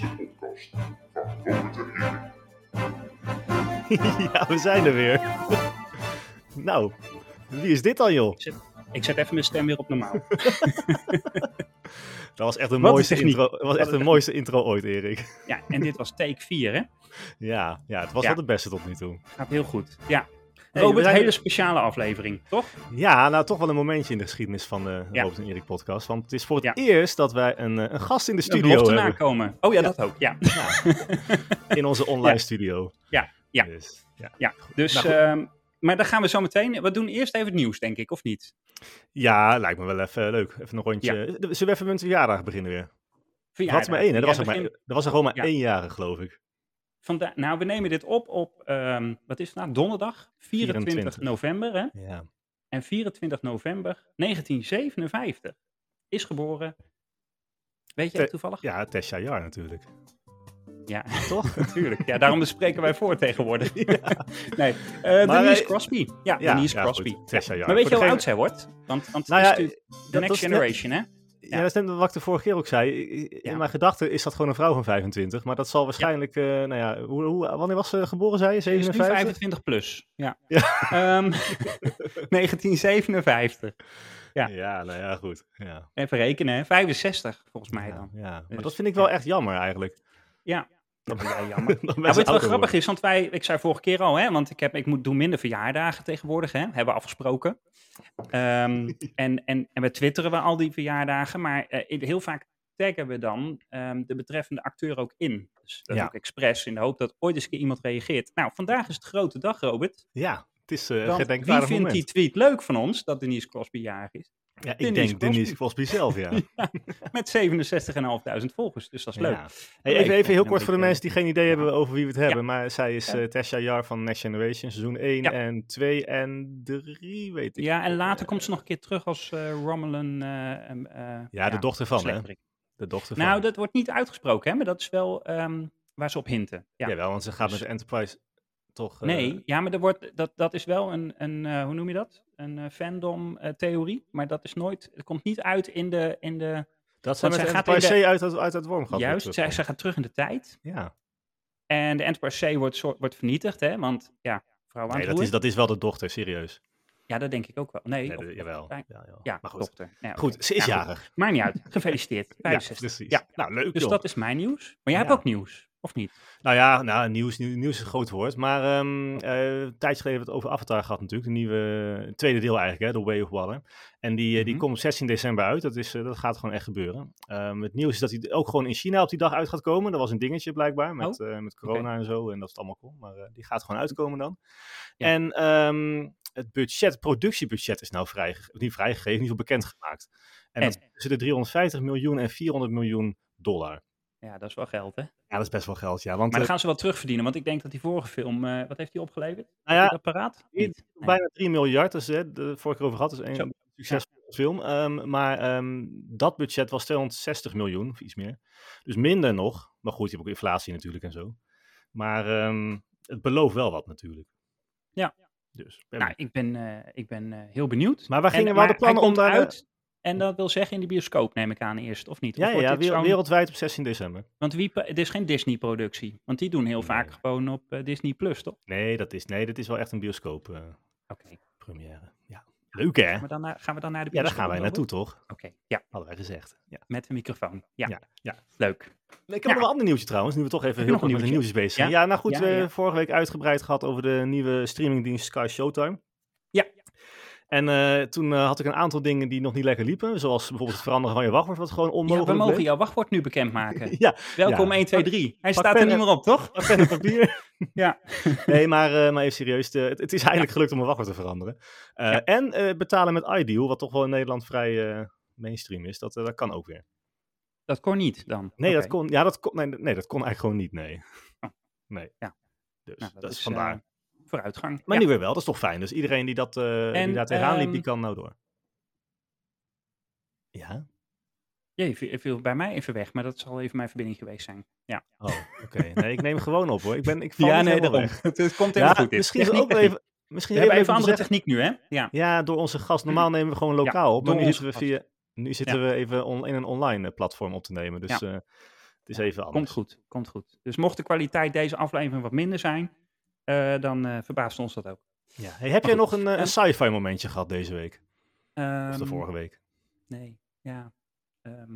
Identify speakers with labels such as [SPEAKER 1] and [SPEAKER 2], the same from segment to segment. [SPEAKER 1] podcast van Robert en Erik.
[SPEAKER 2] ja, we zijn er weer. nou, wie is dit dan, joh?
[SPEAKER 3] Ik zet even mijn stem weer op normaal.
[SPEAKER 2] Dat was echt de
[SPEAKER 3] Wat
[SPEAKER 2] mooiste
[SPEAKER 3] een techniek.
[SPEAKER 2] intro, dat was echt de
[SPEAKER 3] een-
[SPEAKER 2] mooiste intro ooit, Erik.
[SPEAKER 3] Ja, en dit was take 4, hè?
[SPEAKER 2] Ja, ja het was
[SPEAKER 3] Ja.
[SPEAKER 2] wel de beste tot nu toe.
[SPEAKER 3] Gaat heel goed. Ja.
[SPEAKER 2] we
[SPEAKER 3] Robert,
[SPEAKER 2] zijn-
[SPEAKER 3] een hele speciale aflevering, toch?
[SPEAKER 2] Ja, nou toch wel een momentje in de geschiedenis van de
[SPEAKER 3] Ja.
[SPEAKER 2] Robert en Erik podcast. Want het is voor het
[SPEAKER 3] Ja.
[SPEAKER 2] eerst dat wij een, eh, een gast in de
[SPEAKER 3] Een
[SPEAKER 2] studio
[SPEAKER 3] belofte
[SPEAKER 2] hebben.
[SPEAKER 3] nakomen. Oh ja,
[SPEAKER 2] Ja.
[SPEAKER 3] dat ook. Ja,
[SPEAKER 2] In onze online
[SPEAKER 3] Ja.
[SPEAKER 2] studio.
[SPEAKER 3] Ja, ja.
[SPEAKER 2] Dus, ja.
[SPEAKER 3] ja. dus...
[SPEAKER 2] Nou, goed.
[SPEAKER 3] ehm, maar daar gaan we zo meteen... We doen eerst even het nieuws, denk ik, of niet?
[SPEAKER 2] ja, lijkt me wel even leuk. Even een rondje. Eh, Zullen we even met een verjaardag beginnen weer? Er had
[SPEAKER 3] Verjaardag.
[SPEAKER 2] maar één, hè? Er
[SPEAKER 3] Jij
[SPEAKER 2] was, er maar,
[SPEAKER 3] begint
[SPEAKER 2] er was er gewoon maar
[SPEAKER 3] nou, Ja.
[SPEAKER 2] één jarige, geloof ik.
[SPEAKER 3] vanda- nou, we nemen dit op op... ehm, wat is het nou? Donderdag? 24,
[SPEAKER 2] 24.
[SPEAKER 3] november, hè?
[SPEAKER 2] Ja.
[SPEAKER 3] En 24 november 1957 is geboren... Weet je
[SPEAKER 2] Te-
[SPEAKER 3] dat toevallig?
[SPEAKER 2] Ja, Tessa Jar natuurlijk.
[SPEAKER 3] Ja.
[SPEAKER 2] Toch?
[SPEAKER 3] Tuurlijk. Ja, daarom spreken wij voor tegenwoordig. Nee, eh
[SPEAKER 2] Maar,
[SPEAKER 3] Denise
[SPEAKER 2] eh,
[SPEAKER 3] Crosby. Ja,
[SPEAKER 2] ja,
[SPEAKER 3] Denise
[SPEAKER 2] ja,
[SPEAKER 3] Crosby.
[SPEAKER 2] goed. Tessa Yar.
[SPEAKER 3] Maar weet je
[SPEAKER 2] Voor
[SPEAKER 3] hoe oud
[SPEAKER 2] degene-
[SPEAKER 3] zij wordt? Want, want
[SPEAKER 2] Nou ja,
[SPEAKER 3] het is natuurlijk de
[SPEAKER 2] dat-
[SPEAKER 3] next
[SPEAKER 2] dat is net-
[SPEAKER 3] generation, hè?
[SPEAKER 2] Ja, dat is net wat ik de vorige keer ook zei. I- i- In
[SPEAKER 3] Ja.
[SPEAKER 2] mijn gedachten is dat gewoon een vrouw van 25. Maar dat zal waarschijnlijk, eh, nou ja, hoe, hoe, wanneer was ze geboren, zei je?
[SPEAKER 3] Ze is nu
[SPEAKER 2] 57?
[SPEAKER 3] 25 plus. Ja. Ehm, 1957.
[SPEAKER 2] ja.
[SPEAKER 3] ja.
[SPEAKER 2] nou ja, goed. Ja,
[SPEAKER 3] Even rekenen, hè? 65 volgens mij
[SPEAKER 2] ja,
[SPEAKER 3] dan.
[SPEAKER 2] ja. Maar
[SPEAKER 3] Dus,
[SPEAKER 2] dat vind ik wel echt jammer eigenlijk.
[SPEAKER 3] Ja. Dat is wel jammer.
[SPEAKER 2] Dat
[SPEAKER 3] Ja,
[SPEAKER 2] mensen
[SPEAKER 3] wat wel
[SPEAKER 2] ouder
[SPEAKER 3] grappig is, want wij, ik zei vorige keer al, hè, want ik, heb, ik moet, doe minder verjaardagen tegenwoordig, hè, hebben we afgesproken. Ehm, en, en, en we twitteren we al die verjaardagen, maar eh, in- heel vaak taggen we dan ehm, de betreffende acteur ook in. Dus dat
[SPEAKER 2] Ja.
[SPEAKER 3] doe ik expres, in de hoop dat ooit eens een keer iemand reageert. Nou, vandaag is het grote dag, Robert.
[SPEAKER 2] worden. Ja, het is eh
[SPEAKER 3] Want wie
[SPEAKER 2] gedenkwaardig
[SPEAKER 3] vindt
[SPEAKER 2] moment.
[SPEAKER 3] die tweet leuk van ons, dat Denise Crosby jarig is?
[SPEAKER 2] Ja, ik
[SPEAKER 3] Denise
[SPEAKER 2] denk Denise
[SPEAKER 3] Crosby?
[SPEAKER 2] Crosby zelf, ja.
[SPEAKER 3] Met 67.500 volgers, dus dat is leuk.
[SPEAKER 2] Ja. Hey, even,
[SPEAKER 3] ik
[SPEAKER 2] even heel
[SPEAKER 3] denk
[SPEAKER 2] kort
[SPEAKER 3] dat
[SPEAKER 2] voor de
[SPEAKER 3] ik,
[SPEAKER 2] mensen die geen idee hebben over wie we het hebben. Maar zij is
[SPEAKER 3] Ja.
[SPEAKER 2] eh, Tessa Jar van Next Generation, seizoen 1
[SPEAKER 3] Ja.
[SPEAKER 2] en 2 en 3, weet ik. eh,
[SPEAKER 3] Ja, en later komt ze nog een keer terug als eh, Romulan... eh, em, eh,
[SPEAKER 2] Ja, de dochter van, hè?
[SPEAKER 3] slechterik.
[SPEAKER 2] De dochter van.
[SPEAKER 3] Nou, dat wordt niet uitgesproken, hè, maar dat is wel ehm, waar ze op hinten. Ja.
[SPEAKER 2] ja. wel, want ze gaat met
[SPEAKER 3] Dus-
[SPEAKER 2] de Enterprise toch... eh,
[SPEAKER 3] nee, ja, maar er wordt, dat, dat is wel een, een eh, hoe noem je dat? Een eh, fandom-theorie, maar dat is nooit, het komt niet uit in de, in de
[SPEAKER 2] dat zijn met
[SPEAKER 3] zij
[SPEAKER 2] de
[SPEAKER 3] gaat
[SPEAKER 2] Enterprise
[SPEAKER 3] in
[SPEAKER 2] C uit, uit, uit het wormgat weer
[SPEAKER 3] juist, zij,
[SPEAKER 2] terugkomt.
[SPEAKER 3] zij gaat terug in de tijd.
[SPEAKER 2] Ja,
[SPEAKER 3] En de Enterprise C wordt, soort- wordt vernietigd, hè, want ja, vrouw aan
[SPEAKER 2] nee,
[SPEAKER 3] het
[SPEAKER 2] dat, is,
[SPEAKER 3] roer.
[SPEAKER 2] dat is wel de dochter, serieus.
[SPEAKER 3] Ja, dat denk ik ook wel. Nee,
[SPEAKER 2] Nee,
[SPEAKER 3] of-
[SPEAKER 2] de- jawel. Ja,
[SPEAKER 3] ja,
[SPEAKER 2] jawel.
[SPEAKER 3] ja,
[SPEAKER 2] maar goed.
[SPEAKER 3] dochter. Ja,
[SPEAKER 2] Goed,
[SPEAKER 3] oké.
[SPEAKER 2] ze is
[SPEAKER 3] Ja, goed.
[SPEAKER 2] jarig. dus
[SPEAKER 3] Maakt niet uit, gefeliciteerd. 65.
[SPEAKER 2] precies.
[SPEAKER 3] Ja.
[SPEAKER 2] Nou, leuk
[SPEAKER 3] dus
[SPEAKER 2] joh.
[SPEAKER 3] dat is mijn nieuws. Maar jij
[SPEAKER 2] Ja.
[SPEAKER 3] hebt ook nieuws, of niet?
[SPEAKER 2] Nou ja, nou, nieuws, nieuws, nieuws is een groot woord. Maar ehm eh een tijdje geleden hebben we het over Avatar gehad natuurlijk. De nieuwe, het tweede deel eigenlijk, hè, The Way of Water. En die, eh, die
[SPEAKER 3] Mhm.
[SPEAKER 2] komt op 16 december uit. Dat, is, eh, dat gaat gewoon echt gebeuren. Ehm, het nieuws is dat hij ook gewoon in China op die dag uit gaat komen. Dat was een dingetje blijkbaar met,
[SPEAKER 3] Oh,
[SPEAKER 2] eh, met corona en zo. En dat is allemaal cool. Maar eh, die gaat gewoon uitkomen dan.
[SPEAKER 3] Ja.
[SPEAKER 2] En ehm, het budget, het productiebudget is nou vrijge niet vrijgegeven, in ieder geval bekendgemaakt. En dat
[SPEAKER 3] En?
[SPEAKER 2] is tussen de 350 miljoen en 400 miljoen dollar.
[SPEAKER 3] Ja, dat is wel geld, hè?
[SPEAKER 2] Ja, dat is best wel geld, ja. Want
[SPEAKER 3] Maar
[SPEAKER 2] eh,
[SPEAKER 3] dan gaan ze wel terugverdienen, want ik denk dat die vorige film, eh, wat heeft die opgeleverd?
[SPEAKER 2] nou ja,
[SPEAKER 3] dat paraat?
[SPEAKER 2] Niet.
[SPEAKER 3] Niet. Nee.
[SPEAKER 2] Bijna 3 miljard, dus hè, de vorige keer over gehad, dus is
[SPEAKER 3] Zo.
[SPEAKER 2] een succesvolle film. Ehm, maar ehm, dat budget was 260 miljoen, of iets meer. Dus minder nog. Maar goed, je hebt ook inflatie natuurlijk en zo. Maar ehm, het belooft wel wat natuurlijk.
[SPEAKER 3] Ja.
[SPEAKER 2] Dus,
[SPEAKER 3] Nou, ik ben, eh, ik ben eh, heel benieuwd.
[SPEAKER 2] Maar waar gingen we
[SPEAKER 3] maar
[SPEAKER 2] hadden plannen
[SPEAKER 3] hij
[SPEAKER 2] om
[SPEAKER 3] komt
[SPEAKER 2] daar... eh,
[SPEAKER 3] uit, En dat wil zeggen in de bioscoop, neem ik aan eerst, of niet? Of
[SPEAKER 2] Ja, ja,
[SPEAKER 3] wordt
[SPEAKER 2] ja
[SPEAKER 3] dit
[SPEAKER 2] wereld-
[SPEAKER 3] zo'n-
[SPEAKER 2] wereldwijd op 16 december.
[SPEAKER 3] Want wie, pa- het is geen Disney-productie, want die doen heel
[SPEAKER 2] Nee.
[SPEAKER 3] vaak gewoon op eh, Disney+, Plus, toch?
[SPEAKER 2] Nee, dat is, nee, dat is wel echt een bioscoop eh,
[SPEAKER 3] Oké,
[SPEAKER 2] première. Ja. Leuk hè?
[SPEAKER 3] gaan, we dan naar- gaan we dan naar de
[SPEAKER 2] Ja, daar
[SPEAKER 3] bioscoop?
[SPEAKER 2] gaan wij
[SPEAKER 3] Robert?
[SPEAKER 2] naartoe toch?
[SPEAKER 3] Oké, ja,
[SPEAKER 2] Hadden wij gezegd. Ja.
[SPEAKER 3] met de microfoon. Ja,
[SPEAKER 2] Ja,
[SPEAKER 3] ja,
[SPEAKER 2] ja.
[SPEAKER 3] leuk.
[SPEAKER 2] Nee, Ik heb nog
[SPEAKER 3] Ja.
[SPEAKER 2] wel een ander nieuwtje trouwens, nu we toch even
[SPEAKER 3] Heb
[SPEAKER 2] heel
[SPEAKER 3] je nog
[SPEAKER 2] kort
[SPEAKER 3] een
[SPEAKER 2] met de nieuwtjes bezig zijn. Ja,
[SPEAKER 3] Ja?
[SPEAKER 2] nou goed,
[SPEAKER 3] Ja,
[SPEAKER 2] we hebben
[SPEAKER 3] ja.
[SPEAKER 2] vorige week uitgebreid gehad over de nieuwe streamingdienst Sky Showtime.
[SPEAKER 3] Ja.
[SPEAKER 2] En eh, toen eh, had ik een aantal dingen die nog niet lekker liepen, zoals bijvoorbeeld het veranderen van je wachtwoord, wat gewoon
[SPEAKER 3] Ja,
[SPEAKER 2] onmogelijk
[SPEAKER 3] we mogen
[SPEAKER 2] bleek.
[SPEAKER 3] jouw wachtwoord nu bekendmaken.
[SPEAKER 2] Ja, Oh,
[SPEAKER 3] Welkom
[SPEAKER 2] Ja.
[SPEAKER 3] 1, 2, 3. Hij staat er
[SPEAKER 2] pen
[SPEAKER 3] niet
[SPEAKER 2] en-
[SPEAKER 3] meer op, toch?
[SPEAKER 2] maar pen en papier.
[SPEAKER 3] Ja.
[SPEAKER 2] Nee, maar, eh, maar even serieus, de- het, het is eindelijk gelukt om mijn wachtwoord te veranderen. Eh,
[SPEAKER 3] Ja.
[SPEAKER 2] En eh, betalen met iDeal, wat toch wel in Nederland vrij eh, mainstream is, dat, eh, dat kan ook weer.
[SPEAKER 3] Dat kon niet dan.
[SPEAKER 2] Nee, dat
[SPEAKER 3] Oké.
[SPEAKER 2] kon, ja, dat kon, nee, nee, dat kon eigenlijk gewoon niet, nee.
[SPEAKER 3] Oh.
[SPEAKER 2] Nee.
[SPEAKER 3] Ja.
[SPEAKER 2] Dus
[SPEAKER 3] Nou,
[SPEAKER 2] dat, is vandaar.
[SPEAKER 3] eh, vooruitgang.
[SPEAKER 2] Maar
[SPEAKER 3] Ja.
[SPEAKER 2] nu weer wel, dat is toch fijn. Dus iedereen die, dat, eh, die
[SPEAKER 3] En,
[SPEAKER 2] daar tegenaan liep, die
[SPEAKER 3] ehm,
[SPEAKER 2] kan nou door. Ja?
[SPEAKER 3] Jee, viel- viel bij mij even weg, maar dat zal even mijn verbinding geweest zijn. Ja,
[SPEAKER 2] Oh, oké. Nee, ik neem gewoon op hoor. Ik, ben, ik val niet helemaal weg.
[SPEAKER 3] Het, het komt
[SPEAKER 2] Ja,
[SPEAKER 3] helemaal goed. dit.
[SPEAKER 2] misschien is
[SPEAKER 3] Techniek,
[SPEAKER 2] ook wel
[SPEAKER 3] techniek.
[SPEAKER 2] even... Misschien
[SPEAKER 3] We hebben even
[SPEAKER 2] om te
[SPEAKER 3] andere
[SPEAKER 2] zeggen-
[SPEAKER 3] techniek nu, hè? Ja,
[SPEAKER 2] Ja, door onze gast. Normaal nemen we gewoon lokaal op, maar
[SPEAKER 3] door
[SPEAKER 2] nu
[SPEAKER 3] onze
[SPEAKER 2] zitten we,
[SPEAKER 3] gast.
[SPEAKER 2] via, nu zitten we even on- in een online eh, platform op te nemen. Dus eh, Het is even anders.
[SPEAKER 3] Komt goed, komt goed. Dus mocht de kwaliteit deze aflevering wat minder zijn, eh, dan eh, verbaast ons dat ook.
[SPEAKER 2] Ja. Hey, heb jij
[SPEAKER 3] goed.
[SPEAKER 2] nog een, eh, een sci-fi momentje gehad deze week? Of de
[SPEAKER 3] Ehm,
[SPEAKER 2] vorige week?
[SPEAKER 3] Nee, ja. ehm,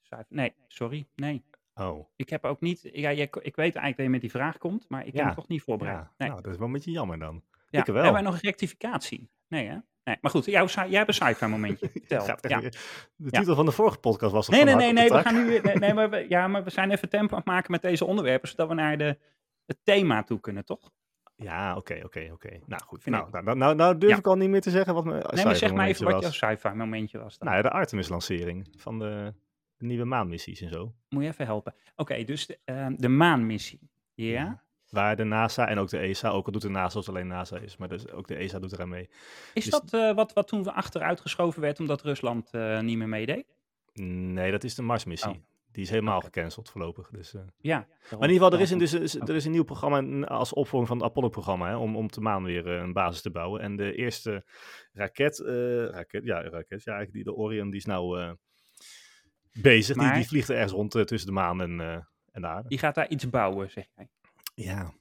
[SPEAKER 3] zuiver- nee, sorry, nee.
[SPEAKER 2] Oh,
[SPEAKER 3] Ik heb ook niet, ja, jij- ik weet eigenlijk dat je met die vraag komt, maar ik
[SPEAKER 2] Ja,
[SPEAKER 3] ben hem toch niet voorbereid.
[SPEAKER 2] ja.
[SPEAKER 3] nee.
[SPEAKER 2] Nou, dat is wel een beetje jammer dan.
[SPEAKER 3] Ja,
[SPEAKER 2] Ik wel.
[SPEAKER 3] Hebben wij nog een rectificatie? Nee, hè? Nee, maar goed, jouw, sci- jij hebt een sci-fi momentje. Vertel.
[SPEAKER 2] Gaat echt
[SPEAKER 3] ja.
[SPEAKER 2] weer- De
[SPEAKER 3] Ja.
[SPEAKER 2] titel van de vorige podcast was al
[SPEAKER 3] Nee,
[SPEAKER 2] van nou,
[SPEAKER 3] nee,
[SPEAKER 2] hak
[SPEAKER 3] nee,
[SPEAKER 2] op
[SPEAKER 3] nee,
[SPEAKER 2] de tak.
[SPEAKER 3] we gaan nu weer, nee, nee, maar we, ja, maar we zijn even tempo aan het maken met deze onderwerpen, zodat we naar de, het thema toe kunnen, toch?
[SPEAKER 2] Ja, oké, oké, oké. Nou goed,
[SPEAKER 3] Vind
[SPEAKER 2] nou, nou, nou, nou, nou durf
[SPEAKER 3] Ja.
[SPEAKER 2] ik al niet meer te zeggen wat mijn
[SPEAKER 3] Nee, maar zeg maar even wat
[SPEAKER 2] was.
[SPEAKER 3] jouw sci-fi momentje was dan.
[SPEAKER 2] Nou ja, de Artemis-lancering van de, de nieuwe maanmissies en zo.
[SPEAKER 3] Moet je even helpen. Oké, dus de, ehm, de maanmissie. Ja?
[SPEAKER 2] Ja. Waar de NASA en ook de ESA, ook al doet de NASA als het alleen NASA is, maar dus ook de ESA doet eraan mee.
[SPEAKER 3] Is
[SPEAKER 2] Dus-
[SPEAKER 3] dat eh, wat, wat toen achteruit geschoven werd omdat Rusland eh, niet meer meedeed?
[SPEAKER 2] Nee, dat is de Mars-missie.
[SPEAKER 3] Oh.
[SPEAKER 2] Die is helemaal
[SPEAKER 3] Oké.
[SPEAKER 2] gecanceld voorlopig. Dus, eh.
[SPEAKER 3] Ja.
[SPEAKER 2] Maar in ieder geval, er is een, dus, is- er is een nieuw programma n- als opvolging van het Apollo-programma hè, om, om op de maan weer eh, een basis te bouwen. En de eerste raket, eh, raket, ja, raket, ja, eigenlijk die, de Orion, die is nou eh, bezig. Die,
[SPEAKER 3] Maar-
[SPEAKER 2] die vliegt er ergens rond eh, tussen de maan en, eh, en de aarde.
[SPEAKER 3] Die gaat daar iets bouwen, zeg jij.
[SPEAKER 2] Ja.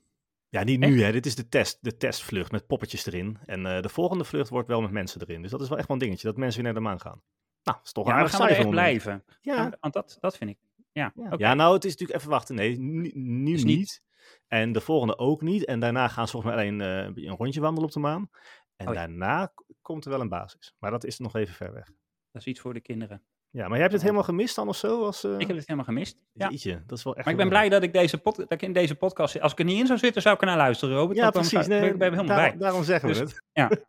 [SPEAKER 2] Ja, niet nu hè. Dit is de test, de testvlucht met poppetjes erin. En eh, de volgende vlucht wordt wel met mensen erin. Dus dat is wel echt wel een dingetje, dat mensen weer naar de maan gaan. Nou, is toch
[SPEAKER 3] Ja, maar
[SPEAKER 2] aardig
[SPEAKER 3] gaan we er echt
[SPEAKER 2] cijfer onder.
[SPEAKER 3] blijven? Gaan
[SPEAKER 2] Ja,
[SPEAKER 3] we- Want dat, dat vind ik. Ja,
[SPEAKER 2] ja.
[SPEAKER 3] oké.
[SPEAKER 2] ja, nou het is natuurlijk even wachten. Nee, nu, nu
[SPEAKER 3] Dus
[SPEAKER 2] niet.
[SPEAKER 3] niet.
[SPEAKER 2] En de volgende ook niet. En daarna gaan ze volgens mij alleen eh, een beetje een rondje wandelen op de maan. En
[SPEAKER 3] Oh ja.
[SPEAKER 2] daarna k- komt er wel een basis. Maar dat is nog even ver weg.
[SPEAKER 3] dat is iets voor de kinderen.
[SPEAKER 2] Ja, maar jij hebt het helemaal gemist dan of zo? Als, eh
[SPEAKER 3] Oh. Ik heb het helemaal gemist. Ja.
[SPEAKER 2] Jeetje, dat is wel echt...
[SPEAKER 3] Maar ik ben
[SPEAKER 2] jammer.
[SPEAKER 3] blij dat ik, deze pod- dat ik in deze podcast zit. Als ik er niet in zou zitten, zou ik er naar luisteren, Robert.
[SPEAKER 2] Ja,
[SPEAKER 3] want dan
[SPEAKER 2] precies.
[SPEAKER 3] zou-
[SPEAKER 2] Nee,
[SPEAKER 3] ben ik ben ik helemaal
[SPEAKER 2] daar-
[SPEAKER 3] bij.
[SPEAKER 2] Daarom zeggen we
[SPEAKER 3] Dus-
[SPEAKER 2] het.